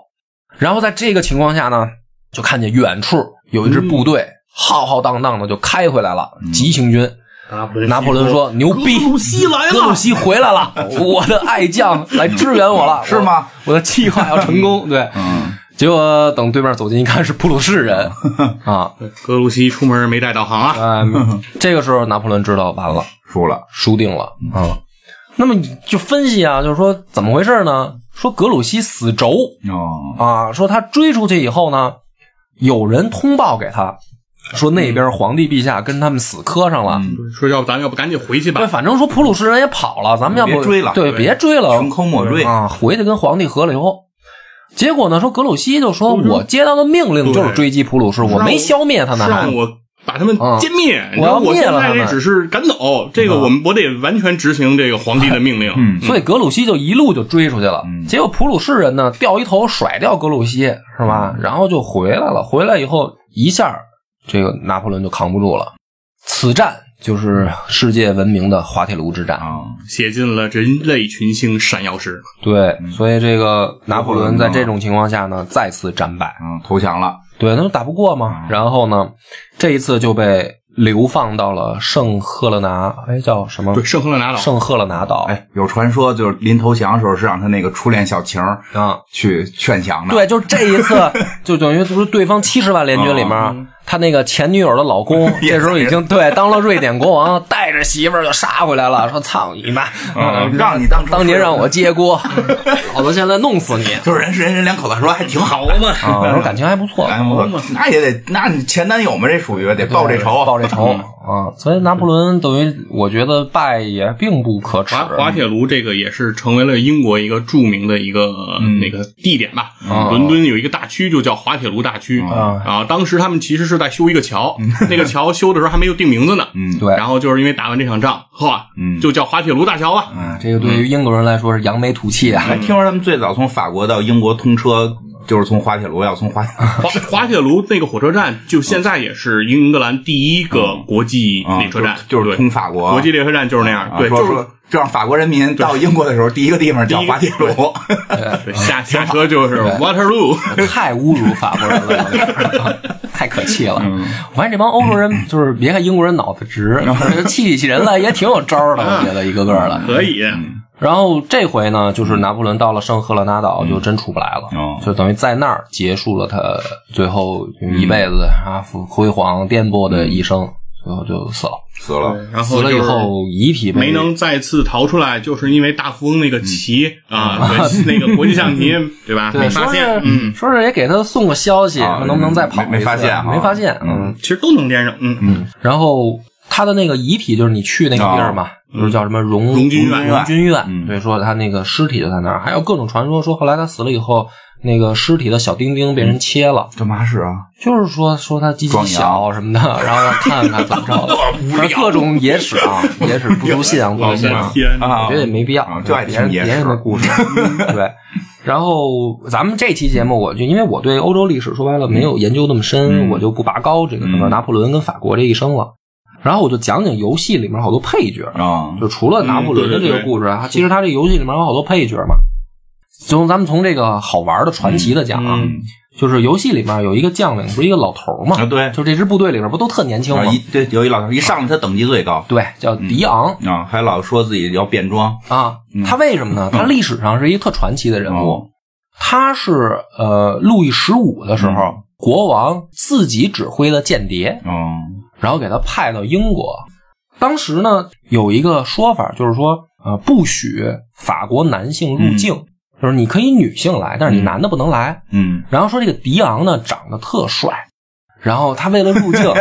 S2: 然后在这个情况下呢，就看见远处有一支部队浩浩荡荡的就开回来了，急行军。
S3: 拿破
S2: 拿破仑说：“牛逼，
S3: 格鲁希来
S2: 格鲁
S3: 了，
S2: 希回来 了，我的爱将来支援我了，
S1: 是吗
S2: 我？我的计划要成 功。”对，
S1: 嗯，
S2: 结果等对面走近一看是普鲁士 人啊，
S3: 格鲁希出门没带导航啊，
S2: 嗯，这个时候拿破仑知道完了，
S1: 输了，
S2: 输定了啊。那么你就分析啊，就是说怎么回事呢？说格鲁希死轴
S1: 哦，
S2: 啊，说他追出去以后呢，有人通报给他说那边皇帝陛下跟他们死磕上了。
S1: 嗯
S3: 说要不咱们要不赶紧回 去
S2: 对，
S3: 吧？
S2: 反正说普鲁士人也跑了，咱们要不
S1: 别追了
S2: 对，
S3: 对
S2: 别追了，
S1: 穷寇莫追，
S2: 啊，回去跟皇帝和了以后，结果呢，说格鲁希就说，我接到的命令就是追击普鲁士，我没消灭他
S3: 是
S2: 呢，还嗯
S3: 让我把他们歼灭，你知
S2: 我要
S3: 道我
S2: 灭
S3: 现
S2: 了他
S3: 在
S2: 们嗯
S3: 这只是赶走，这个我们我得完全执行这个皇帝的命令。
S1: 嗯，
S2: 所以格鲁希就一路就追出去了。结果普鲁士人呢，掉一头甩掉格鲁希，是吧？然后就回来了，回来以后一下，这个拿破仑就扛不住了。此战就是世界闻名的滑铁卢之战。
S1: 啊，
S3: 写进了人类群星闪耀时，
S2: 对，所以这个嗯拿破仑在
S1: 嗯
S2: 这种情况下呢，再次战败。
S1: 嗯，投降了，
S2: 对，他们打不过
S3: 嗯
S2: 嘛。然后呢，这一次就被流放到了圣赫勒拿，哎，叫什么？
S3: 对，圣赫勒拿岛，
S2: 圣赫勒拿岛。
S1: 哎，有传说就是临投降的时候是让他那个初恋小情儿
S2: 啊，
S1: 去劝降的，
S2: 对，就是这一次，就等于就是对方七十万联军里
S3: 哦
S2: 面，他那个前女友的老 公，这时候已经对当了瑞典国王，带着媳妇儿就杀回来了，说：“操你妈！
S1: 嗯，让你当初
S2: 当年让我接锅，
S3: 嗯
S2: 老子现在弄死你
S1: 就是人人人两口子说还挺好的嘛，
S3: 嗯
S2: 啊！”我说感情还不错，
S1: 哎，我那也得，那你前男友们这属于得报这仇，
S2: 报这仇
S3: 嗯
S2: 啊！所以拿破仑等于我觉得败也并不可耻，
S3: 滑滑铁卢这个也是成为了英国一个著名的一个、
S2: 嗯
S3: 那个地点吧。伦敦有一个大区就叫滑铁卢大区、
S2: 啊
S3: 啊。当时他们其实是在修一个桥，
S2: 嗯
S3: 那个桥修的时候还没有定名字呢。
S1: 嗯
S2: 对
S3: 然后就是因为打完这场仗，哈，
S1: 嗯
S3: 就叫滑铁卢大桥吧。
S1: 嗯，
S2: 这个对于英国人来说是扬眉吐气 啊。
S1: 还听说他们最早从法国到英国通车，就是从滑铁卢，要从滑铁卢
S3: 滑滑铁卢那个火车站，就现在也是英格兰第一个国际
S1: 啊
S3: 列车站，
S1: 就是就是
S3: 对
S1: 通法国
S3: 国际列车站就是那样，
S1: 啊
S3: 对，
S1: 说
S3: 就是
S1: 说就让法国人民到英国的时候，第一个地方叫滑铁卢，
S3: 对下下车就是 Waterloo。
S2: 太侮辱法国人了有点儿， 太可气了。
S3: 嗯
S2: 我发现这帮欧洲人就是别看英国人脑子 直，气起人来也挺有招儿的，我觉得一个个
S1: 嗯
S2: 的。
S3: 可以，
S2: 然后这回呢，就是拿破仑到了圣赫勒拿
S3: 嗯
S2: 岛，就真出不来了
S1: 哦，
S2: 就等于在那儿结束了他最后
S3: 嗯
S2: 一辈子啊辉煌颠簸的一生，最后就死了。
S1: 死了，
S3: 然后
S2: 死了以
S3: 就是
S2: 后，遗体被
S3: 没能再次逃出来，就是因为大富翁那个棋
S1: 嗯
S3: 啊，对，那个国际 象棋，对吧？没
S2: 对，
S3: 发
S2: 说
S3: 现
S2: 是，
S3: 嗯，哦
S2: 说是也给他送个消息，
S1: 啊
S2: 说能不能再跑一次？
S1: 没没发现啊
S2: 没发现，嗯。
S3: 其实都能连上，嗯嗯，
S2: 然后他的那个遗体就是你去那个地儿嘛，
S1: 啊
S2: 就是叫什么荣
S3: 荣军院
S2: 荣军院。
S1: 嗯
S2: 对，说他那个尸体就在那儿，还有各种传说，说后来他死了以后，那个尸体的小丁丁被人切了，
S1: 这嘛事啊？
S2: 就是说说他鸡鸡
S1: 壮
S2: 小
S1: 阳
S2: 什么的，然后要看看怎么着 的，反正各种野史啊，野史不足信仰，不
S3: 我
S2: 足信
S3: 的
S2: 仰。
S3: 天哪，
S1: 啊
S2: 我觉得也没必要
S1: 啊，就爱
S2: 别人
S1: 听
S2: 别
S1: 野
S2: 人的
S1: 史，
S2: 故事， 对。然后咱们这期节目，我就因为我对欧洲历史说白了没有研究那么深，
S1: 嗯
S2: 我就不拔高这个什么
S1: 嗯
S2: 拿破仑跟法国这一生了。然后我就讲讲游戏里面好多配角，
S1: 啊，
S2: 就除了拿破仑的这个故事啊，其实他这游戏里面有好多配角嘛。从咱们从这个好玩的传奇的讲啊，
S3: 嗯
S2: 就是游戏里面有一个将领，不是一个老头儿嘛
S1: 啊，对
S2: 就这支部队里面不都特年轻
S1: 啊
S2: 吗
S1: 一？对有一老头一上来他等级最高
S2: 对，叫迪昂，
S1: 啊，还老说自己要变装，
S2: 啊，他为什么呢？他历史上是一个特传奇的人物
S1: 嗯哦，
S2: 他是呃路易十五的时候，国王自己指挥的间谍，
S1: 嗯
S2: 然后给他派到英国。当时呢，有一个说法就是说，呃，不许法国男性入境，就是你可以女性来，但是你男的不能来。
S1: 嗯
S2: 然后说这个迪昂呢长得特帅，然后他为了入 境，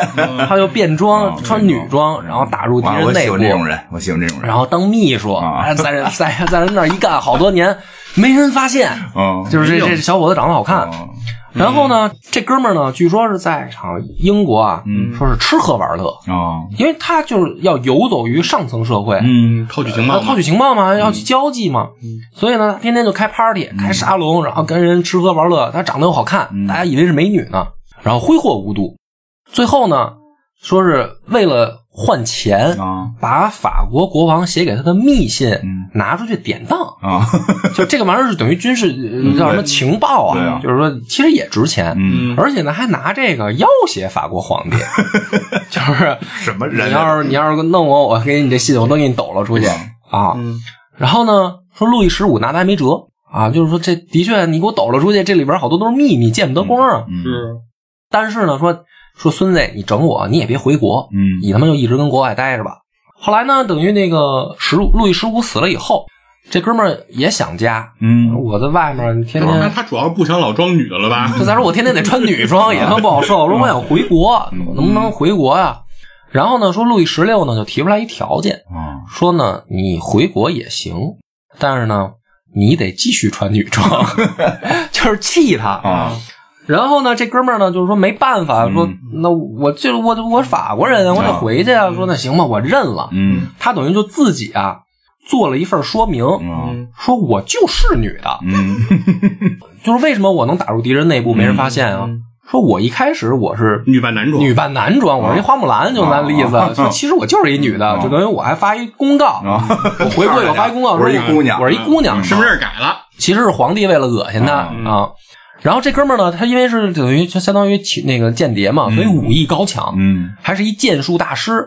S2: 他就变装
S1: 啊
S2: 穿女装，然后打入敌
S1: 哇
S2: 人
S1: 我
S2: 内
S1: 喜
S2: 部。
S1: 欢这种人，我喜欢这种人
S2: 然，后当秘书，
S1: 啊
S2: 在人在在人那儿一干好多年，没人发现，
S1: 嗯，
S2: 就是啊这这小伙子长得好看。
S1: 嗯
S2: 然后呢，这哥们儿呢，据说是在场英国啊，
S1: 嗯
S2: 说是吃喝玩乐，
S1: 哦
S2: 因为他就是要游走于上层社会，
S1: 嗯
S3: 套取情
S2: 要
S3: 报
S2: 啊套
S3: 嘛，
S2: 取情报嘛，要去交际嘛，所以呢，他天天就开 party，开
S1: 嗯
S2: 沙龙，然后跟人吃喝玩乐。他长得又好看，大家以为是美女呢，然后挥霍无度。最后呢，说是为了换钱，
S1: 啊
S2: 把法国国王写给他的密信
S1: 嗯
S2: 拿出去典当，
S1: 啊，
S2: 就这个玩意儿是等于军事呃
S1: 嗯
S2: 叫什么
S1: 对
S2: 情报
S1: 对
S2: 啊
S1: 啊，
S2: 就是说其实也值钱，
S1: 嗯，
S3: 嗯
S2: 而且呢还拿这个要挟法国皇帝，就是
S1: 什么
S2: 你
S1: 人啊？
S2: 要是你要是弄我，我给你这信我都给你抖了出去啊。
S3: 嗯
S2: 然后呢，说路易十五拿他没辙啊，就是说这的确你给我抖了出去，这里边好多都是秘密，见不得光啊。
S1: 嗯
S3: 是
S2: 但是呢，说说孙子你整我，你也别回国，
S1: 嗯
S2: 你他妈就一直跟国外待着吧。后来呢，等于那个十路易十五死了以后，这哥们儿也想家，
S1: 嗯，
S2: 我在外面天
S3: 那
S2: 天。
S3: 他主要是不想老装女的了吧？
S2: 就再说我天天得穿女装，也他妈不好受。我说我想回国，
S1: 嗯
S2: 我能不能回国呀、然后呢，说路易十六呢就提出来一条件，
S1: 啊，
S2: 说呢你回国也行，但是呢你得继续穿女 装， 就是气他
S1: 啊。
S2: 然后呢，这哥们儿呢就是说没办法，
S1: 嗯
S2: 说那我就我我是法国人啊，我得
S1: 啊
S2: 回去啊。说那行吧，我认了。
S1: 嗯
S2: 他等于就自己啊做了一份说明，
S1: 嗯
S2: 说我就是女的，
S1: 嗯
S2: 就是为什么我能打入敌人内部没人发现
S1: 嗯
S2: 啊？说我一开始我是
S3: 女扮男装，
S2: 女扮男装，我是一花木兰，就那例子。
S1: 啊
S2: 说其实我就是一女的，
S1: 啊
S2: 就等于我还发一公告，
S1: 啊，
S2: 我回国以后发一公告，
S1: 我是一
S2: 说
S1: 姑娘嗯
S2: 我是一姑娘，啊
S3: 身份证改了，
S2: 其实是皇帝为了恶心他
S1: 啊
S3: 嗯
S2: 啊。然后这哥们儿呢，他因为是等于就相当于起那个间谍嘛，所以武艺高强，
S1: 嗯
S2: 还是一剑术大师，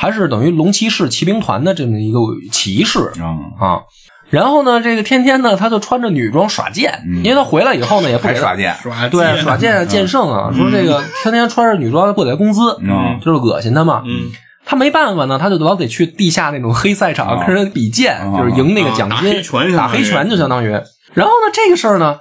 S2: 还是等于龙骑士骑兵团的这么一个骑士
S1: 啊，
S2: 啊。然后呢，这个天天呢，他就穿着女装耍剑，
S1: 嗯
S2: 因为他回来以后呢，也不
S1: 还
S2: 给他
S1: 耍剑，
S3: 耍
S2: 对耍剑啊剑圣啊，说这个天天穿着女装不给他工资，
S1: 嗯
S2: 啊就是恶心他嘛。
S3: 嗯，
S2: 他没办法呢，他就老得去地下那种黑赛场
S1: 啊
S2: 跟人比剑，
S1: 啊
S2: 就是赢那个奖
S3: 啊打
S2: 金，
S3: 黑拳相当于
S2: 打黑拳就相当于。然后呢，这个事儿呢，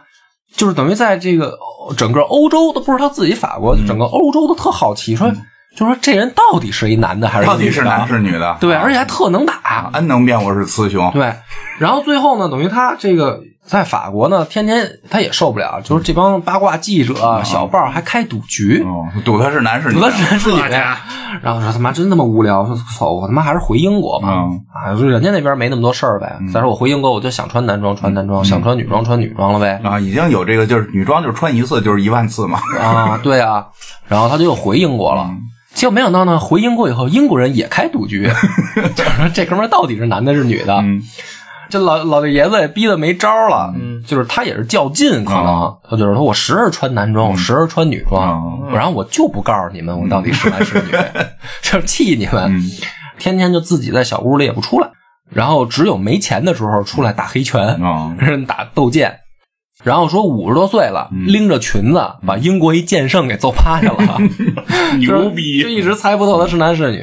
S2: 就是等于在这个呃整个欧洲都不是他自己法国，就整个欧洲都特好奇，说就说这人到底是一男的还是一
S1: 到底
S2: 女
S1: 是
S2: 的
S1: 男是女的？啊
S2: 对，而且还特能打。
S1: 安能辨我是雌雄。
S2: 对，然后最后呢，等于他这个在法国呢，天天他也受不了，就是这帮八卦记者、小报还开赌局，
S1: 哦，赌他是男是女
S2: 赌的全是女
S3: 这
S2: 的。然后说他妈真他妈无聊，说操我他妈还是回英国吧。
S1: 嗯
S2: 啊，就是人家那边没那么多事儿呗。再说我回英国，我就想穿男装穿男装，想穿女装穿女装了呗。
S1: 啊，已经有这个，就是女装就是穿一次就是一万次嘛。
S2: 啊，对啊，然后他就又回英国
S1: 嗯
S2: 了。结果没想到呢，回英国以后，英国人也开赌局， 就是说这哥们儿到底是男的是女的？
S1: 嗯
S2: 这老老爷子也逼得没招儿了，
S3: 嗯
S2: 就是他也是较
S1: 嗯
S2: 劲，可
S1: 啊
S2: 能他就是说我时而穿男装，我时而穿女装，然后我就不告诉你们我到底是男是女，就是气你们，
S1: 嗯
S2: 天天就自己在小屋里也不出来，然后只有没钱的时候出来打黑拳，
S1: 啊
S2: 跟人打斗剑，然后说五十多岁了，拎着裙子把英国一剑圣给揍趴下了，
S3: 牛
S2: 就
S3: 逼，
S2: 一直猜不透他是男是女。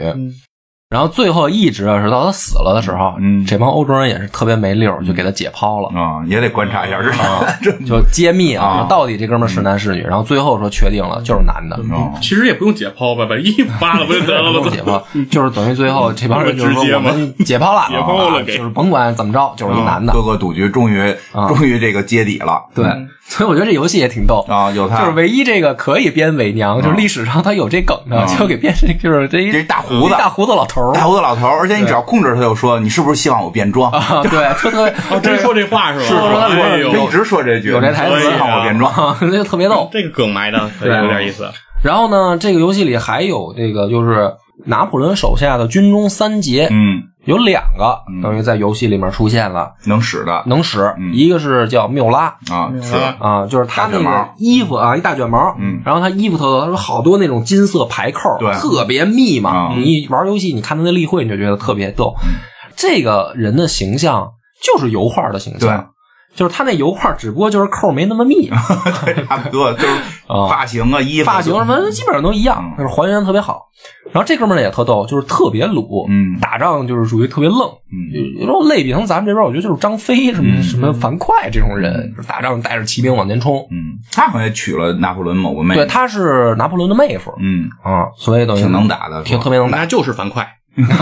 S2: 然后最后一直啊是到他死了的时候，
S1: 嗯
S2: 这帮欧洲人也是特别没溜儿，就给他解剖了，
S1: 啊，也得观察一下是吧？ 这
S2: 就揭秘啊，
S1: 啊
S2: 说到底这哥们儿是男是女。然后最后说确定了，嗯就是男的。
S1: 哦
S3: 其实也不用解剖吧，把衣服扒了不就 得了吗？
S2: 解剖就是等于最后这帮人就是说
S3: 直接
S2: 我
S3: 嘛
S2: 们解剖了，
S3: 解剖了
S2: 啊
S3: 给
S2: 就是甭管怎么着，就是一男的。
S1: 啊嗯各个赌局终于
S2: 啊
S1: 终于这个揭底了。
S2: 对，所以我觉得这游戏也挺逗
S1: 啊，有他
S2: 就是唯一这个可以编伪娘，就是历史上他有这梗的，
S1: 嗯
S2: 就给编成就是这一
S1: 这一大胡子
S2: 一大胡子老头
S1: 大
S2: 儿
S1: 胡子老头儿，而且你只要控制他，就说你是不是希望我变装？
S2: 啊，对，特特
S3: 哦，真说这话是吧？哎
S1: 他一
S3: 呦，
S1: 直说这句，
S2: 有这台词
S1: 你是不是希望我变装。
S2: 啊，那就特别逗。
S3: 这个梗埋的可有点意思。
S2: 然后呢，这个游戏里还有这个就是拿破仑手下的军中三杰，
S1: 嗯，
S2: 有两个等于在游戏里面出现了，
S1: 能使的
S2: 能使，
S1: 嗯
S2: 一个是叫缪拉，
S1: 啊，是
S3: 啊
S2: 啊，就是他
S1: 大
S2: 那
S1: 卷
S2: 个
S1: 毛
S2: 衣服啊，一大卷毛，
S1: 嗯
S2: 然后他衣服头他说好多那种金色排扣，
S1: 对
S2: 特别密嘛。
S1: 啊嗯
S2: 你一玩游戏，你看他那例会，你就觉得特别逗。这个人的形象就是油画的形象，就是他那油画，只不过就是扣没那么 密，
S1: 对，差不多就是
S2: 啊
S1: 发型啊、衣服、
S2: 发型什么基本上都一
S1: 嗯
S2: 样，就是还原得特别好。然后这哥们儿也特逗，就是特别鲁，
S1: 嗯
S2: 打仗就是属于特别愣。
S1: 嗯
S2: 有时候类比成咱们这边，我觉得就是张飞什么什么樊哙这种人，就是打仗带着骑兵往前冲。
S1: 嗯，他好像也娶了拿破仑某个妹，
S2: 对，，他是拿破仑的妹夫，
S1: 嗯，
S2: 啊，所以等于
S1: 挺能打的
S2: 挺
S1: 是吧
S2: 特别能打。
S3: 啊那就是樊哙，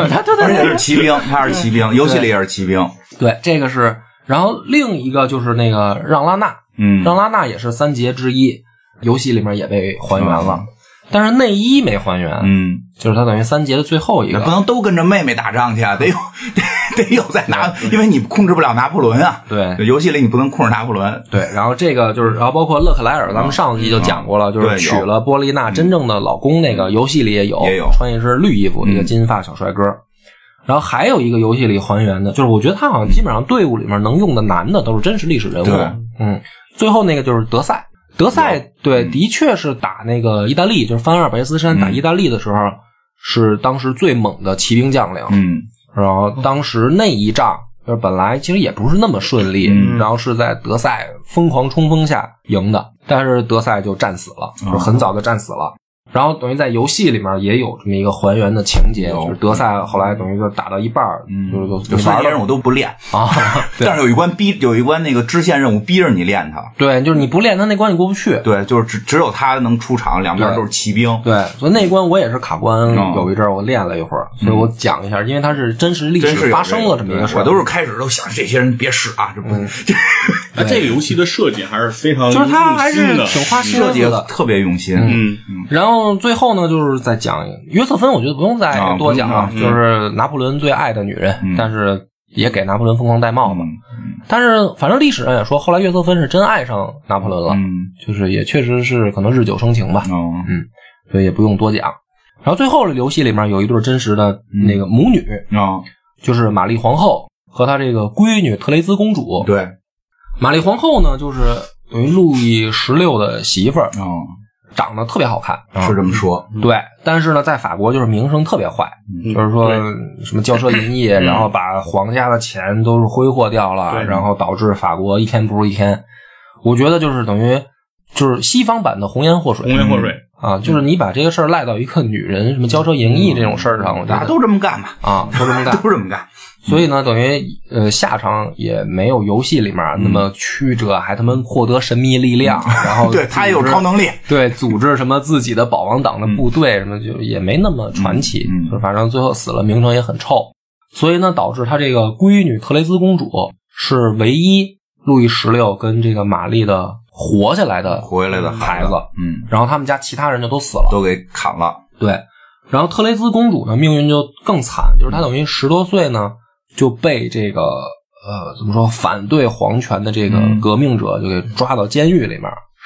S2: 他 对对
S1: 而且
S2: 对
S1: 是骑兵，他是骑兵，游戏里也是骑兵，
S2: 对，这个是。然后另一个就是那个让拉纳，
S1: 嗯
S2: 让拉纳也是三杰之一，游戏里面也被还原了。但是内衣没还原，
S1: 嗯，
S2: 就是它等于三节的最后一
S1: 那不
S2: 个。
S1: 能都跟着妹妹打仗去
S2: 嗯
S1: 啊，得有 得得有在拿，因为你控制不了拿破仑啊。
S2: 对
S1: 游戏里你不能控制拿破仑。
S2: 对，然后这个就是，然后包括勒克莱尔，咱们上期就讲过了，就
S1: 嗯对
S2: 是娶
S1: 有嗯
S2: 了波丽娜真正的老公，那个游戏里也有，
S1: 也有嗯
S2: 穿一身绿衣服，一个金发小帅哥。然后还有一个游戏里还原的，就是我觉得他好像基本上队伍里面能用的男的都是真实历史人
S1: 对
S2: 物。嗯，最后那个就是德赛，德赛
S1: 嗯
S2: 对，的确是打那个意大利，就是翻阿尔卑斯山打意大利的时候，是当时最猛的骑兵将领。
S1: 嗯，
S2: 然后当时那一仗就是本来其实也不是那么顺利，
S1: 嗯
S2: 然后是在德赛疯狂冲锋下赢的，但是德赛就战死了，
S1: 啊
S2: 就是很早就战死了。然后等于在游戏里面也有这么一个还原的情节，
S1: 有嗯
S2: 就是德赛后来等于就打到一半儿，就就
S1: 有
S2: 就
S1: 三
S2: 玩
S1: 些任务
S2: 了
S1: 都不练，
S2: 啊，对
S1: 但是有一关逼，有一关那个支线任务逼着你练它。
S2: 对，就是你不练他那关你过不去，
S1: 对，就是只只有他能出场，两边都是骑兵。
S2: 对，所以那一关我也是卡关
S1: 嗯
S2: 有一阵儿，我练了一会儿，所以我讲一下，因为它是真实历
S1: 真是
S2: 史
S1: 有
S2: 发生了这么一个事儿，嗯
S1: 我都是开始都想这些人别使啊，这不这
S3: 那这个游戏的设计还是非常
S2: 就是它还
S3: 用
S2: 是
S3: 心的
S2: 挺花心
S1: 设
S2: 思
S1: 计
S2: 的，
S1: 特别用心。
S3: 嗯，
S2: 然后最后呢，就是再讲约瑟芬，我觉得不用再多讲了，
S1: 啊不
S2: 就
S1: 用
S2: 是拿破仑最爱的女人，
S1: 嗯
S2: 但是也给拿破仑疯狂戴帽嘛。
S1: 嗯
S2: 但是反正历史上也说，后来约瑟芬是真爱上拿破仑了，
S1: 嗯
S2: 就是也确实是可能日久生情吧，
S1: 哦
S2: 所以也不用多讲。然后最后游戏里面有一对真实的那个母女，
S1: 哦，
S2: 就是玛丽皇后和她这个闺女特雷兹公主。
S1: 对
S2: 玛丽皇后呢，就是等于路易十六的媳妇儿，
S1: 哦，
S2: 长得特别好看，
S1: 是这么说。
S2: 对，但是呢，在法国就是名声特别坏，
S3: 嗯
S2: 就是说
S3: 对嗯
S2: 什么骄奢淫逸，然后把皇家的钱都是挥霍掉了，
S3: 对
S2: 然后导致法国一天不如一天。我觉得就是等于就是西方版的红颜祸水，
S3: 红颜祸水，
S2: 啊，就是你把这个事儿赖到一个女人什么骄奢淫逸这种事儿上，
S3: 嗯
S2: 我觉
S1: 大家
S2: 得
S1: 都这么干吧，
S2: 啊都这么 干，
S1: 都这么干。
S2: 所以呢，等于呃下场也没有游戏里面那
S3: 嗯
S2: 么曲折，还他妈获得神秘力 量，然后
S1: 对他也有
S2: 组织
S1: 超能力，
S2: 对，组织什么自己的保王党的部队，什么就也没那么传奇，
S1: 嗯嗯
S2: 就是反正最后死了，名声也很臭，所以呢，导致他这个闺女特雷兹公主是唯一路易十六跟这个玛丽的活下来的
S1: 回来的
S2: 孩
S1: 子
S2: 子，，
S1: 嗯，
S2: 然后他们家其他人就都死了，
S1: 都给砍了。
S2: 对，然后特雷兹公主呢命运就更惨，就是她等于十多岁呢就被这个呃怎么说反对皇权的这个
S1: 嗯
S2: 革命者就给抓到监狱里面，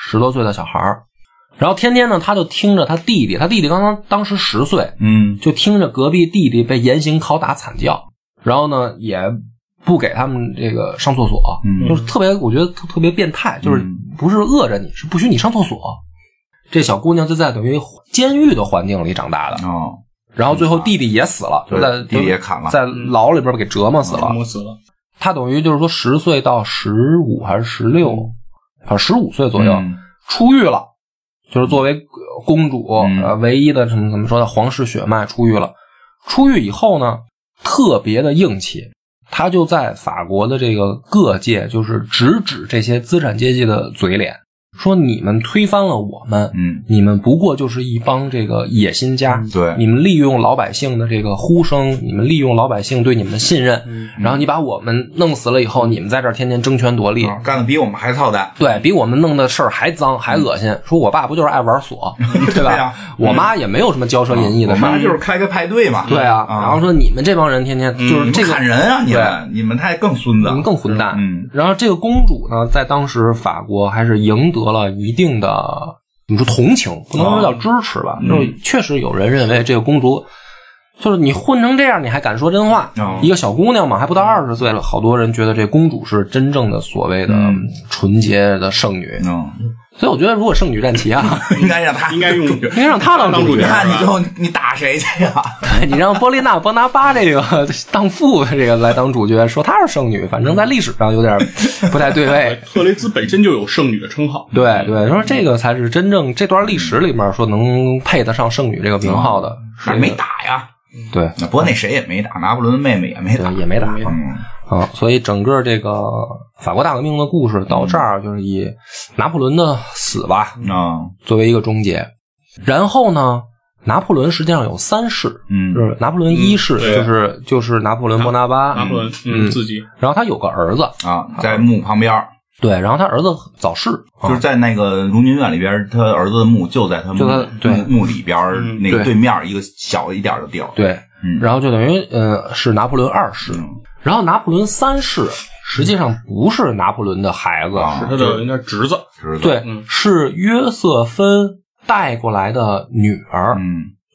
S2: 十多岁的小孩儿，然后天天呢她就听着她弟弟，她弟弟刚刚当时十岁，
S1: 嗯
S2: 就听着隔壁弟弟被严刑拷打惨叫，然后呢也不给他们这个上厕所，
S1: 嗯
S2: 就是特别，我觉得特特别变态，就是
S1: 嗯
S2: 不是饿着你，是不许你上厕所。这小姑娘就在等于监狱的环境里长大的，
S1: 哦，
S2: 然后最后弟弟也死了，就
S1: 对
S2: 在
S1: 弟弟也砍了嗯
S2: 在牢里边给折磨死 了。
S3: 磨死了，
S2: 她等于就是说十岁到十五还是十六，好像十五岁左右
S1: 嗯
S2: 出狱了，就是作为呃公主
S1: 嗯
S2: 呃唯一的什么怎么说呢皇室血脉出狱了。出狱以后呢，特别的硬气，他就在法国的这个各界，就是直指这些资产阶级的嘴脸，说你们推翻了我们，
S1: 嗯，
S2: 你们不过就是一帮这个野心家，
S1: 对
S2: 你们利用老百姓的这个呼声，你们利用老百姓对你们的信任，
S3: 嗯
S2: 然后你把我们弄死了以后，你们在这儿天天争权夺利，
S1: 啊干的比我们还操蛋。
S2: 对比我们弄的事儿还脏还恶心。说我爸不就是爱玩锁， 对吧？
S1: 嗯对呀啊
S2: 我妈也没有什么骄奢淫逸的
S1: 我
S2: 事
S1: 妈
S2: 儿，
S1: 就是开个派对嘛。
S2: 对啊。然后说你们这帮人天天就是
S1: 你
S2: 这
S1: 们
S2: 个
S1: 砍人啊，你们你们太更孙子
S2: 你，们更混蛋。
S1: 嗯
S2: 然后这个公主呢，在当时法国还是赢得了一定的，你说同情，不能说叫支持吧，
S1: 嗯
S2: 就是确实有人认为这个公主。就是你混成这样，你还敢说真话？
S1: 哦
S2: 一个小姑娘嘛，还不到二十岁了，好多人觉得这公主是真正的所谓的
S1: 嗯
S2: 纯洁的圣女。
S1: 嗯，
S2: 所以我觉得，如果圣女战旗 啊，
S1: 应该让他
S3: 应该用
S2: 应该让她当
S3: 当
S2: 主
S3: 主
S2: 角
S1: 你
S3: 角。
S1: 看你
S3: 是
S1: 最
S3: 吧
S1: 后你打谁去呀？
S2: 你让波丽娜·波拿巴这个荡妇这个来当主角，说她是圣女，反正在历史上有点不太对位。
S3: 特雷兹本身就有圣女的称号，
S2: 对对，说这个才是真正这段历史里面说能配得上圣女这个名号的，是
S1: 哪没打呀？
S2: 对
S1: 不过那谁也没打，拿破仑的妹妹也没打
S2: 对，也没打
S3: 没
S1: 嗯
S2: 啊。所以整个这个法国大革命的故事到这儿，就是以拿破仑的死吧
S1: 啊
S2: 作为一个终结。然后呢，拿破仑实际上有三世，
S1: 嗯
S2: 就是拿破仑一世，
S3: 嗯对
S2: 就是就是拿破仑波拿巴
S3: 拿，破仑
S2: 嗯
S3: 自己
S2: 然后他有个儿子，
S1: 啊，在墓旁边儿
S2: 对，然后他儿子早逝，啊
S1: 就是在那个荣军院里边，他儿子的墓就在他
S2: 就他
S1: 墓
S2: 对
S1: 墓墓里边儿
S3: 嗯
S1: 那个
S2: 对
S1: 对面一个小一点的地儿。
S2: 对，
S1: 嗯
S2: 然后就等于呃是拿破仑二世，
S1: 嗯
S2: 然后拿破仑三世实际上不是拿破仑的孩子，
S1: 啊
S3: 是他的应该是侄子，
S1: 知道，
S2: 对，
S3: 嗯
S2: 是约瑟芬带过来的女儿，
S1: 嗯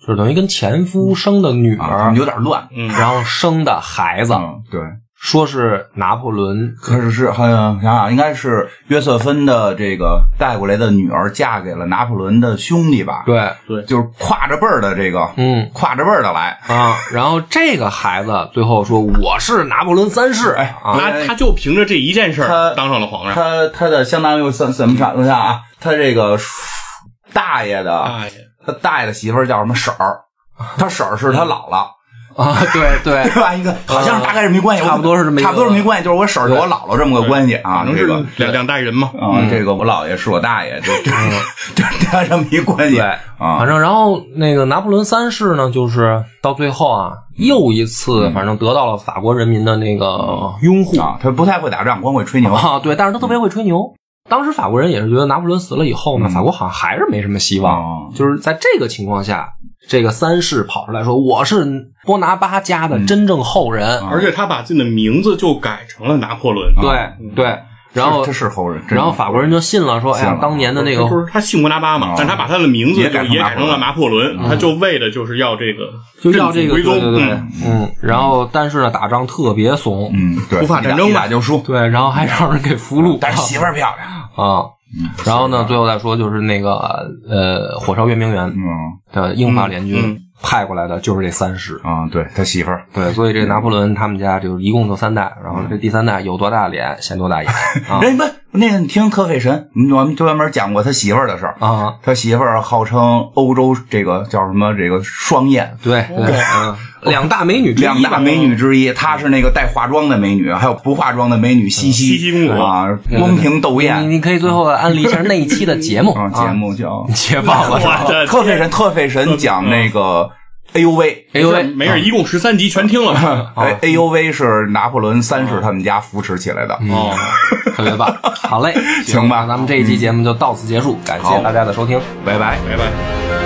S2: 就是等于跟前夫生的女
S1: 啊，他
S2: 儿，
S1: 们有点乱。
S3: 嗯，
S2: 然后生的孩子，
S1: 嗯，对，
S2: 说是拿破仑
S1: 可是是，好像想想应该是约瑟芬的这个带过来的女儿嫁给了拿破仑的兄弟吧？，
S2: 对，
S1: 就是跨着辈儿的这个，
S2: 嗯
S1: 跨着辈儿的来。
S2: 啊，然后这个孩子最后说我是拿破仑三世，
S1: 哎
S2: 啊，
S3: 他他就凭着这一件事
S1: 他
S3: 儿当上了皇上。
S1: 他他的相当于算怎么讲？我想啊，他这个大爷的，
S3: 大爷，
S1: 他大爷的媳妇儿叫什么婶 儿？他婶儿是他姥姥。
S2: 啊，对对
S1: 是吧？一个好像是大概是没关系，
S2: 呃差不多是这么一个
S1: 呃差不多是没关系，就是我婶儿和我姥姥这么个关系啊，
S3: 反正
S1: 这
S3: 是
S1: 个。
S3: 两两代人嘛。
S1: 啊、这个我姥爷是我大爷，这这 这这这么一关系
S2: 嗯对，
S1: 啊，
S2: 反正然后那个拿破仑三世呢，就是到最后啊，又一次反正得到了法国人民的那个拥护
S1: 嗯啊，他不太会打仗，光会吹牛，
S2: 啊，对，但是他特别会吹牛。当时法国人也是觉得拿破仑死了以后呢，
S1: 嗯
S2: 法国好像还是没什么希
S1: 哦
S2: 望。就是在这个情况下，这个三世跑出来说我是波拿巴家的真正后人，
S1: 嗯啊
S3: 而且他把自己的名字就改成了拿破
S2: 啊
S3: 仑。
S2: 对对。然后
S1: 这是后人，
S2: 然后法国人就信了，说哎
S1: 信
S2: 呀
S1: 了，
S2: 当年的那个
S3: 就是他姓摩拿巴嘛
S1: 哦，
S3: 但他把他的名字
S1: 也
S3: 就
S1: 改成
S3: 也改成了
S1: 拿
S3: 拿破仑，他就为的就是要这个
S2: 嗯就要这个，
S3: 归
S2: 对
S3: 宗，
S2: 对对，
S3: 嗯
S2: 嗯。然后但是呢，打仗特别怂，
S1: 嗯，对，
S3: 不怕战争吧
S1: 一打一打就输，
S2: 对，然后还让人给俘虏，
S1: 但是媳妇儿漂亮，
S2: 啊。
S1: 嗯
S2: 然后呢，最后再说就是那个呃，火烧圆明园
S1: 嗯
S2: 的英法联
S3: 嗯
S2: 军
S3: 嗯
S2: 派过来的就是这三十。
S1: 啊，对他媳妇儿，
S2: 对，所以这拿破仑他们家就一共就三代，然后这第三代有多大脸显多大眼啊
S1: 人不那个你听柯佩神，嗯我们专门讲过他媳妇儿的事儿，
S2: 啊！
S1: 他媳妇儿号称欧洲这个叫什么这个双艳，
S2: 对对，嗯， 两大美女之一啊吧
S1: 两大美女之一，她是那个带化妆的美女，还有不化妆的美女西西
S3: 西西公主
S1: 啊，宫廷斗
S2: 你
S1: 艳
S2: 你可以最后安利一下那一期的节目
S1: 啊，
S2: 啊，
S1: 节目叫
S2: 解放了是吧
S3: 我的
S1: 特费神，特费神讲那
S3: 啊
S1: 个 AUV。
S2: 哎呦喂，
S3: 没事，一共十三集全听了
S2: 啊
S3: 吧？
S1: 哎，AUV 是拿破仑三世他们家扶持起来的。
S3: 哦，
S2: 特别棒，好嘞，
S1: 行吧
S2: 那咱们这一期节目就到此结束，感谢大家的收听。
S1: 拜拜。
S3: 拜拜。